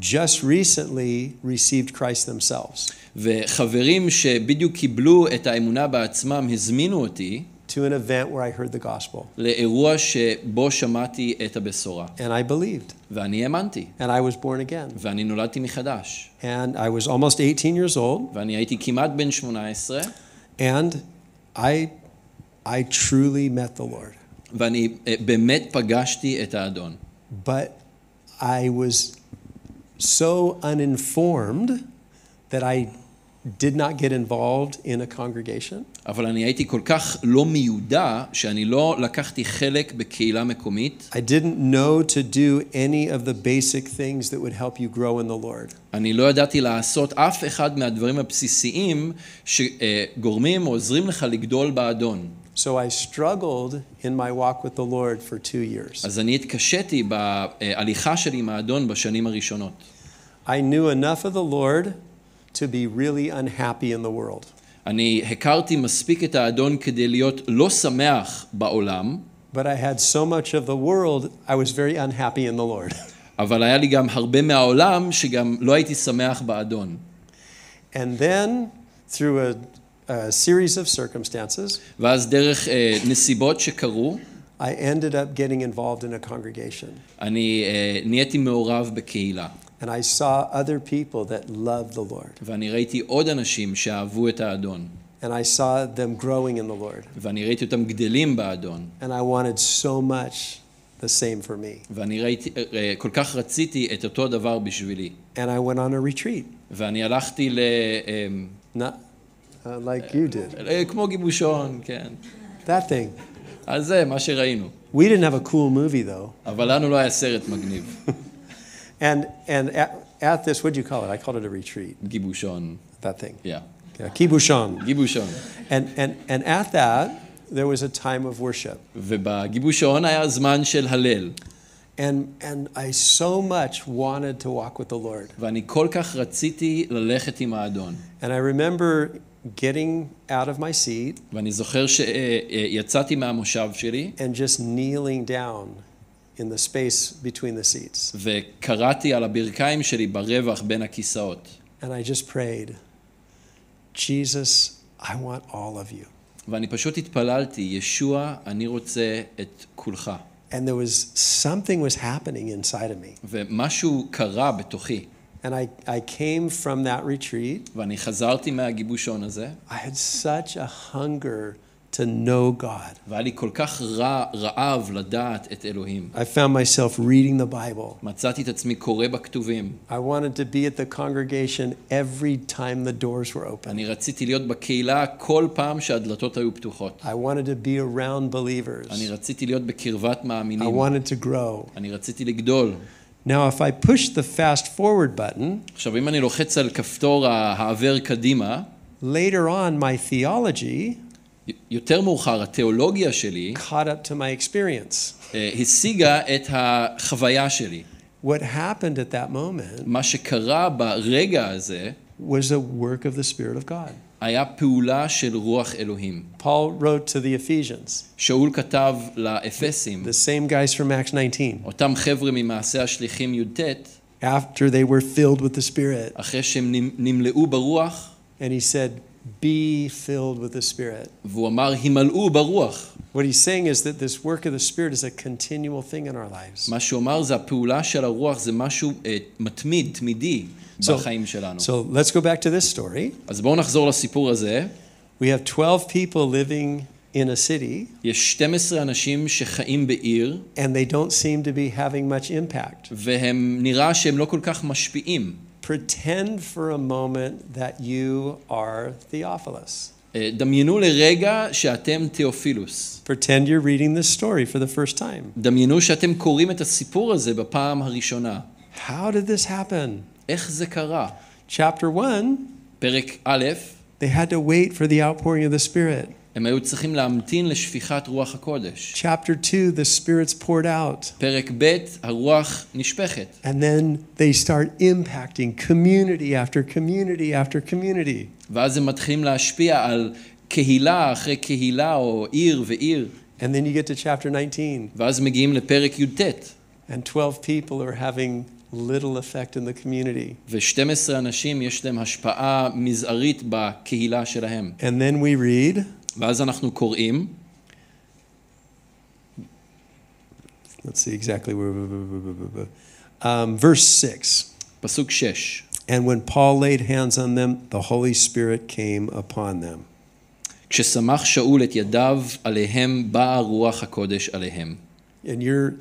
Speaker 2: just recently received Christ themselves
Speaker 3: וחברים שבדיוק קיבלו את האמונה בעצמם הזמינו אותי
Speaker 2: to an event where I heard the gospel.
Speaker 3: לאירוע שבו שמעתי את הבשורה.
Speaker 2: And I believed.
Speaker 3: ואני האמנתי,
Speaker 2: And I was born again.
Speaker 3: ואני נולדתי מחדש.
Speaker 2: And I was almost 18 years old.
Speaker 3: ואני הייתי כמעט בן 18,
Speaker 2: And I, I truly met the Lord.
Speaker 3: ואני אה, באמת פגשתי את האדון.
Speaker 2: But I was so uninformed that I did not get involved in a congregation.
Speaker 3: אבל אני הייתי כל כך לא מיודע, שאני לא לקחתי חלק בקהילה מקומית.
Speaker 2: I didn't know to do any of the basic things that would help you grow in the Lord.
Speaker 3: אני לא ידעתי לעשות אף אחד מהדברים הבסיסיים שגורמים אה, או עוזרים לך לגדול באדון.
Speaker 2: So I struggled in my walk with the Lord for two years.
Speaker 3: אז אני התקשיתי בהליכה שלי עם האדון בשנים הראשונות.
Speaker 2: I knew enough of the Lord to be really unhappy in the world.
Speaker 3: אני הכרתי מספיק את האדון כדי להיות לא שמח בעולם,
Speaker 2: But I had so much of the world, I was very unhappy in the Lord.
Speaker 3: אבל היה לי גם הרבה מהעולם שגם לא הייתי שמח באדון.
Speaker 2: And then, through a, a series of circumstances,
Speaker 3: ואז דרך אה, נסיבות שקרו,
Speaker 2: I ended up getting involved in a congregation.
Speaker 3: אני אה, נהייתי מעורב בקהילה,
Speaker 2: And I saw other people that loved the Lord.
Speaker 3: ואני ראיתי עוד אנשים שאהבו את האדון,
Speaker 2: And I saw them growing in the Lord.
Speaker 3: ואני ראיתי אותם גדלים באדון,
Speaker 2: And I wanted so much the same for me.
Speaker 3: ואני ראיתי, אה, אה, כל כך רציתי את אותו הדבר בשבילי.
Speaker 2: And I went on a retreat,
Speaker 3: ואני הלכתי ל... אה,
Speaker 2: not uh, like you did.
Speaker 3: אה, כמו גיבושון, כן.
Speaker 2: That thing.
Speaker 3: אז זה מה שראינו.
Speaker 2: We didn't have a cool movie, though.
Speaker 3: אבל לנו לא היה סרט מגניב.
Speaker 2: And, and at, at this, what'd you call it? I called it a retreat,
Speaker 3: גיבושון,
Speaker 2: that thing.
Speaker 3: יא.
Speaker 2: Yeah, kibushon.
Speaker 3: גיבושון.
Speaker 2: And, and, and at that, there was a time of worship.
Speaker 3: ובגיבושון היה זמן של הלל,
Speaker 2: And, and I so much wanted to walk with the Lord.
Speaker 3: ואני כל כך רציתי ללכת עם האדון.
Speaker 2: And I remember getting out of my seat
Speaker 3: ואני זוכר שיצאתי מהמושב שלי,
Speaker 2: and just kneeling down in the space between the seats.
Speaker 3: וקראתי על הברכיים שלי ברווח בין הכיסאות.
Speaker 2: And I just prayed, Jesus, I want all of you.
Speaker 3: ואני פשוט התפללתי, ישוע, אני רוצה את כולך.
Speaker 2: And there was something was happening inside of me.
Speaker 3: ומשהו קרה בתוכי,
Speaker 2: And I, I came from that retreat.
Speaker 3: ואני חזרתי מהגיבושון הזה,
Speaker 2: I had such a hunger to know God.
Speaker 3: והיה לי כל כך רע, רעב לדעת את אלוהים.
Speaker 2: I found myself reading the Bible.
Speaker 3: מצאתי את עצמי קורא בכתובים,
Speaker 2: I wanted to be at the congregation every time the doors were open.
Speaker 3: אני רציתי להיות בקהילה כל פעם שהדלתות היו פתוחות.
Speaker 2: I wanted to be around
Speaker 3: אני
Speaker 2: believers.
Speaker 3: רציתי להיות בקרבת
Speaker 2: I
Speaker 3: מאמינים.
Speaker 2: wanted to grow.
Speaker 3: אני רציתי לגדול.
Speaker 2: Now, if I push the fast forward button,
Speaker 3: עכשיו, אם אני לוחץ על כפתור העבר קדימה,
Speaker 2: later on my theology
Speaker 3: י- יותר מאוחר התיאולוגיה שלי
Speaker 2: caught up to my experience.
Speaker 3: אה, השיגה את החוויה שלי.
Speaker 2: What happened at that moment
Speaker 3: מה שקרה ברגע הזה
Speaker 2: was a work of the Spirit of God.
Speaker 3: היה פעולה של רוח אלוהים.
Speaker 2: Paul wrote to the Ephesians,
Speaker 3: שאול כתב לאפסים,
Speaker 2: the same guys from Acts 19,
Speaker 3: אותם חבר'ה ממעשה השליחים י"ט,
Speaker 2: after they were filled with the Spirit.
Speaker 3: אחרי שהם נמ- נמלאו ברוח,
Speaker 2: And he said, Be filled with the Spirit.
Speaker 3: והוא אמר, הימלאו ברוח.
Speaker 2: What he's saying is that this work of the Spirit is a continual thing in our lives.
Speaker 3: מה שהוא אמר זה הפעולה של הרוח, זה משהו אה, מתמיד, תמידי,
Speaker 2: So-
Speaker 3: בחיים שלנו.
Speaker 2: So let's go back to this story.
Speaker 3: אז בואו נחזור לסיפור הזה.
Speaker 2: We have 12 people living in a city,
Speaker 3: יש 12 אנשים שחיים בעיר,
Speaker 2: and they don't seem to be having much impact.
Speaker 3: והם נראה שהם לא כל כך משפיעים.
Speaker 2: Pretend for a moment that you are Theophilus.
Speaker 3: אה, דמיינו לרגע שאתם תיאופילוס.
Speaker 2: Pretend you're reading this story for the first time.
Speaker 3: דמיינו שאתם קוראים את הסיפור הזה בפעם הראשונה.
Speaker 2: How did this happen?
Speaker 3: איך זה קרה?
Speaker 2: Chapter 1,
Speaker 3: פרק א',
Speaker 2: they had to wait for the outpouring of the Spirit.
Speaker 3: הם היו צריכים להמתין לשפיכת רוח הקודש.
Speaker 2: Chapter 2, the Spirit's poured out.
Speaker 3: פרק ב', הרוח נשפכת.
Speaker 2: And then they start impacting community after community after community.
Speaker 3: ואז הם מתחילים להשפיע על קהילה אחרי קהילה או עיר ועיר,
Speaker 2: And then you get to chapter 19,
Speaker 3: ואז מגיעים לפרק י"ט,
Speaker 2: and 12 people are having little effect in the community.
Speaker 3: ו-12 אנשים יש להם השפעה מזערית בקהילה שלהם.
Speaker 2: And then we read,
Speaker 3: ואז אנחנו קוראים,
Speaker 2: let's see exactly where, um, verse 6.
Speaker 3: פסוק 6,
Speaker 2: And when Paul laid hands on them, the Holy Spirit came upon them.
Speaker 3: כשסמך שאול את ידיו עליהם באה רוח הקודש עליהם.
Speaker 2: And you're,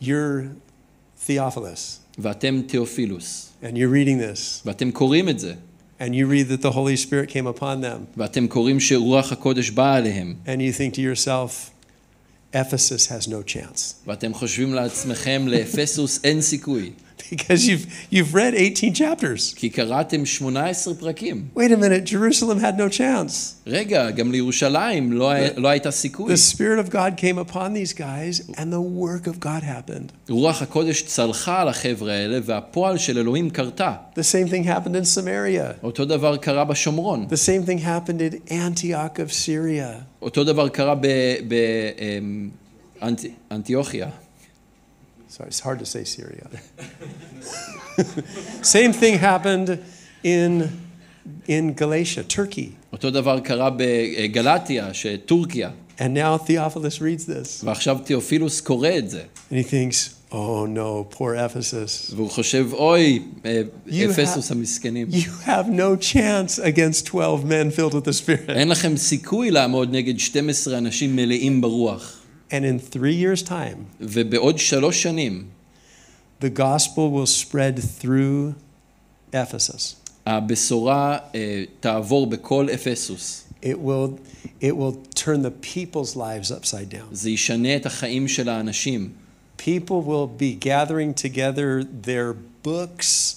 Speaker 2: you're Theophilus,
Speaker 3: ואתם תיאופילוס,
Speaker 2: and you're reading this,
Speaker 3: ואתם קוראים את זה,
Speaker 2: and you read that the Holy Spirit came upon them,
Speaker 3: ואתם קוראים שרוח הקודש באה עליהם,
Speaker 2: and you think to yourself, Ephesus has no chance.
Speaker 3: ואתם חושבים לעצמכם לאפסוס אין סיכוי,
Speaker 2: Because you've, you've read 18 chapters.
Speaker 3: כי קראתם 18 פרקים.
Speaker 2: Wait a minute, Jerusalem had no chance.
Speaker 3: רגע, גם לירושלים לא, הי- לא הייתה סיכוי.
Speaker 2: The Spirit of God came upon these guys, and the work of God happened.
Speaker 3: רוח הקודש צלחה על החבר'ה האלה, והפועל של אלוהים קרתה.
Speaker 2: The same thing happened in Samaria.
Speaker 3: אותו דבר קרה בשומרון,
Speaker 2: The same thing happened in Antioch of Syria.
Speaker 3: אותו דבר קרה אמ, באנטיוכיה.
Speaker 2: Sorry, it's hard to say Syria. Same thing happened in, in Galatia, Turkey.
Speaker 3: אותו דבר קרה בגלטיה, שטורקיה,
Speaker 2: And now Theophilus reads this
Speaker 3: ועכשיו תיאופילוס קורא את זה,
Speaker 2: and he thinks, oh no, poor Ephesus.
Speaker 3: והוא חושב, אוי, אה,
Speaker 2: You
Speaker 3: אפסוס
Speaker 2: have-
Speaker 3: המסכנים,
Speaker 2: You have no chance against 12 men filled with the Spirit.
Speaker 3: אין לכם סיכוי לעמוד נגד 12 אנשים מלאים ברוח.
Speaker 2: And in three years' time,
Speaker 3: ובעוד שלוש שנים,
Speaker 2: the gospel will spread through Ephesus.
Speaker 3: הבשורה אה, תעבור בכל אפסוס.
Speaker 2: It will, it will turn the people's lives upside down.
Speaker 3: זה ישנה את החיים של האנשים.
Speaker 2: People will be gathering together their books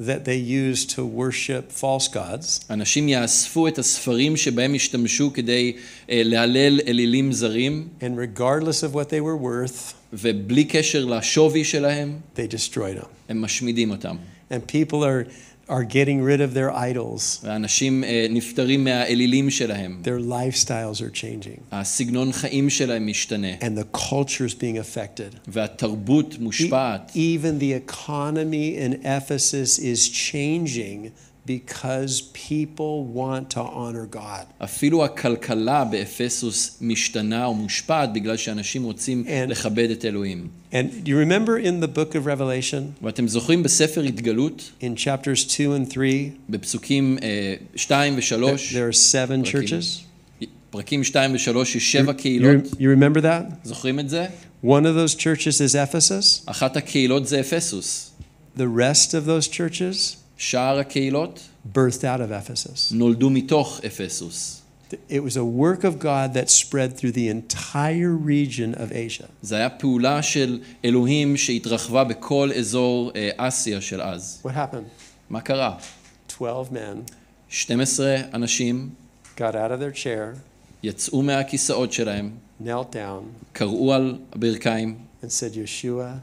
Speaker 2: that they use to worship false gods,
Speaker 3: אנשים יאספו את הספרים שבהם השתמשו כדי אה, להלל אלילים זרים,
Speaker 2: and regardless of what they were worth,
Speaker 3: ובלי קשר לשווי שלהם,
Speaker 2: they destroyed them.
Speaker 3: הם משמידים אותם.
Speaker 2: And people are, are getting rid of their idols.
Speaker 3: האנשים אה, נפטרים מהאלילים שלהם.
Speaker 2: Their lifestyles are changing,
Speaker 3: הסגנון חיים שלהם משתנה,
Speaker 2: and the culture's being affected. E-,
Speaker 3: והתרבות מושפעת.
Speaker 2: Even the economy in Ephesus is changing because people want to honor God.
Speaker 3: אפילו הכלכלה באפסוס משתנה או מושפעת בגלל שאנשים רוצים
Speaker 2: And-
Speaker 3: לכבד את אלוהים.
Speaker 2: And you remember in the book of Revelation,
Speaker 3: ואתם זוכרים בספר התגלות,
Speaker 2: in chapters 2 and 3,
Speaker 3: בפסוקים אה, 2
Speaker 2: there,
Speaker 3: ו-3,
Speaker 2: there are seven
Speaker 3: Joaquin.
Speaker 2: churches?
Speaker 3: פרקים 2 ו-3 יש שבע
Speaker 2: You,
Speaker 3: קהילות,
Speaker 2: you remember that?
Speaker 3: זוכרים את זה?
Speaker 2: One of those churches is Ephesus,
Speaker 3: אחת הקהילות זה אפסוס.
Speaker 2: the rest of those churches
Speaker 3: שאר הקהילות
Speaker 2: birthed out of Ephesus.
Speaker 3: נולדו מתוך אפסוס.
Speaker 2: It was a work of God that spread through the entire region of Asia.
Speaker 3: זה היה פעולה של אלוהים שהתרחבה בכל אזור אה, אסיה של אז.
Speaker 2: What happened?
Speaker 3: מה קרה?
Speaker 2: 12 men
Speaker 3: 12 אנשים
Speaker 2: got out of their chair,
Speaker 3: יצאו מהכיסאות שלהם,
Speaker 2: knelt down,
Speaker 3: קרעו על הברכיים
Speaker 2: and said, Yeshua,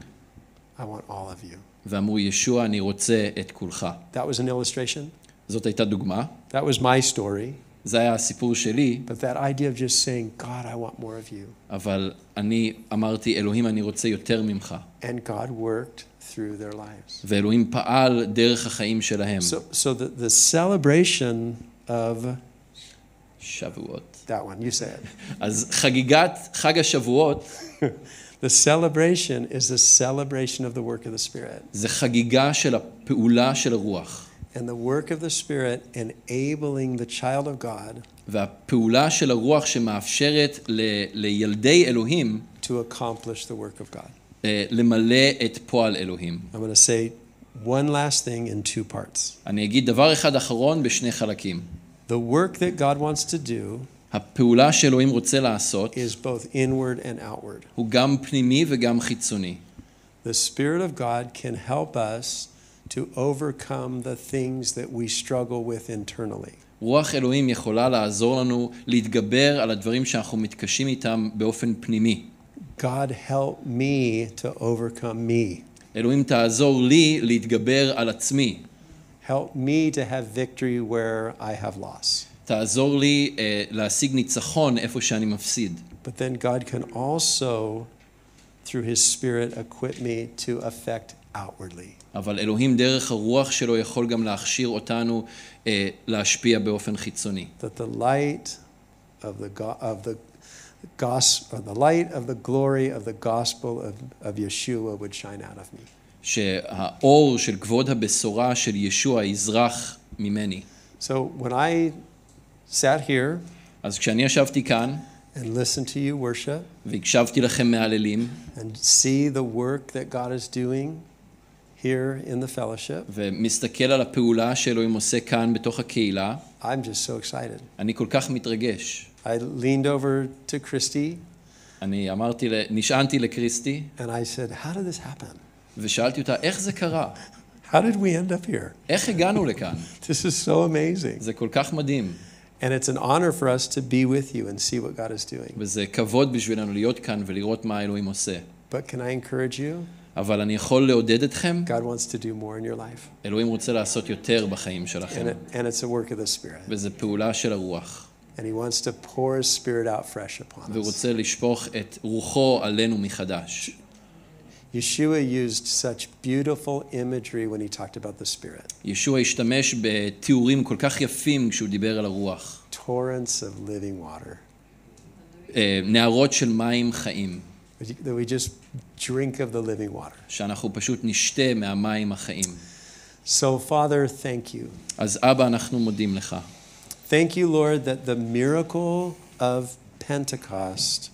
Speaker 2: I want all of you.
Speaker 3: ואמרו, ישוע, אני רוצה את כולך.
Speaker 2: That was an illustration.
Speaker 3: זאת הייתה דוגמה.
Speaker 2: That was my story.
Speaker 3: זה היה הסיפור שלי,
Speaker 2: But that idea of just saying, God, I want more of you.
Speaker 3: אבל אני אמרתי, אלוהים, אני רוצה יותר ממך.
Speaker 2: And God worked through their lives.
Speaker 3: ואלוהים פעל דרך החיים שלהם.
Speaker 2: So, so the, the celebration of
Speaker 3: שבועות.
Speaker 2: that one, you say it.
Speaker 3: אז חגיגת חג השבועות
Speaker 2: The celebration is the celebration of the work of the Spirit.
Speaker 3: זה חגיגה של הפעולה של הרוח.
Speaker 2: And the work of the Spirit enabling the child of God
Speaker 3: והפעולה של הרוח שמאפשרת ל, לילדי אלוהים
Speaker 2: to accomplish the work of God.
Speaker 3: אה, למלא את פועל אלוהים.
Speaker 2: I'm going to say one last thing in two parts.
Speaker 3: אני אגיד דבר אחד אחרון בשני חלקים.
Speaker 2: The work that God wants to do
Speaker 3: הפעולה שאלוהים רוצה לעשות
Speaker 2: is both inward and outward.
Speaker 3: הוא גם פנימי וגם חיצוני.
Speaker 2: The Spirit of God can help us to overcome the things that we struggle with internally.
Speaker 3: רוח אלוהים יכולה לעזור לנו להתגבר על הדברים שאנחנו מתקשים איתם באופן פנימי.
Speaker 2: God, help me to overcome me.
Speaker 3: אלוהים תעזור לי להתגבר על עצמי.
Speaker 2: Help me to have victory where I have loss.
Speaker 3: תעזור לי אה, להשיג ניצחון איפה שאני מפסיד.
Speaker 2: But then God can also, through His Spirit, equip me to affect outwardly.
Speaker 3: אבל אלוהים דרך הרוח שלו יכול גם להכשיר אותנו אה, להשפיע באופן חיצוני.
Speaker 2: That the light of the, go- of the gospel, or the light of the glory of the gospel of, of Yeshua would shine out of me.
Speaker 3: שהאור של כבוד הבשורה של ישוע יזרח ממני.
Speaker 2: So when I sat here
Speaker 3: אז כשאני ישבתי כאן
Speaker 2: and listened to you worship
Speaker 3: והקשבתי לכם מהללים,
Speaker 2: and see the work that God is doing here in the fellowship,
Speaker 3: ומסתכל על הפעולה שאלוהים עושה כאן בתוך הקהילה,
Speaker 2: I'm just so excited.
Speaker 3: אני כל כך מתרגש.
Speaker 2: I leaned over to Christy
Speaker 3: אני אמרתי, ל- נשענתי לקריסטי,
Speaker 2: and I said, How did this happen?
Speaker 3: ושאלתי אותה, איך זה קרה?
Speaker 2: How did we end up here?
Speaker 3: איך הגענו לכאן?
Speaker 2: This is so amazing.
Speaker 3: זה כל כך מדהים,
Speaker 2: And it's an honor for us to be with you and see what God is doing.
Speaker 3: וזה כבוד בשבילנו להיות כאן ולראות מה אלוהים עושה.
Speaker 2: But can I encourage you?
Speaker 3: אבל אני יכול לעודד אתכם,
Speaker 2: God wants to do more in your life.
Speaker 3: אלוהים רוצה לעשות יותר בחיים
Speaker 2: And,
Speaker 3: שלכם,
Speaker 2: it, and it's a work of the Spirit.
Speaker 3: וזו פעולה של הרוח,
Speaker 2: And He wants to pour His Spirit out fresh upon
Speaker 3: והוא
Speaker 2: us.
Speaker 3: רוצה לשפוך את רוחו עלינו מחדש.
Speaker 2: Yeshua used such beautiful imagery when He talked about the Spirit
Speaker 3: ישוע השתמש בתיאורים כל כך יפים כשהוא דיבר על הרוח.
Speaker 2: torrents of living water
Speaker 3: אה, נהרות של מים חיים,
Speaker 2: that we just drink of the living water.
Speaker 3: שאנחנו פשוט נשתה מהמים החיים.
Speaker 2: So, Father, thank you.
Speaker 3: אז אבא, אנחנו מודים לך.
Speaker 2: Thank you, Lord, that the miracle of Pentecost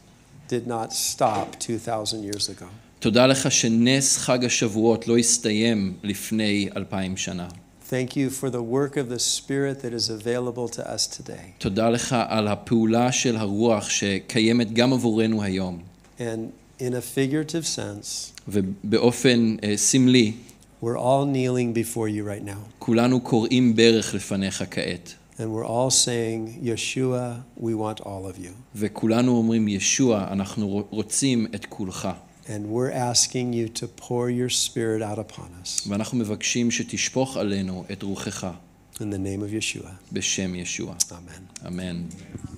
Speaker 2: did not stop 2,000 years ago.
Speaker 3: תודה לך שנס חג השבועות לא הסתיים לפני אלפיים שנה.
Speaker 2: Thank you for the work of the Spirit that is available to us today.
Speaker 3: תודה לך על הפעולה של הרוח שקיימת גם עבורנו היום.
Speaker 2: And in a figurative sense,
Speaker 3: ובאופן אה, סמלי,
Speaker 2: we're all kneeling before you right now.
Speaker 3: כולנו כורעים ברך לפניך כעת,
Speaker 2: And we're all saying, Yeshua, we want all of you.
Speaker 3: וכולנו אומרים, ישוע, אנחנו רוצים את כולך,
Speaker 2: And we're asking you to pour your Spirit out upon us.
Speaker 3: ואנחנו מבקשים שתשפוך עלינו את רוחך,
Speaker 2: In the name of Yeshua.
Speaker 3: בשם ישוע.
Speaker 2: Amen.
Speaker 3: אמן.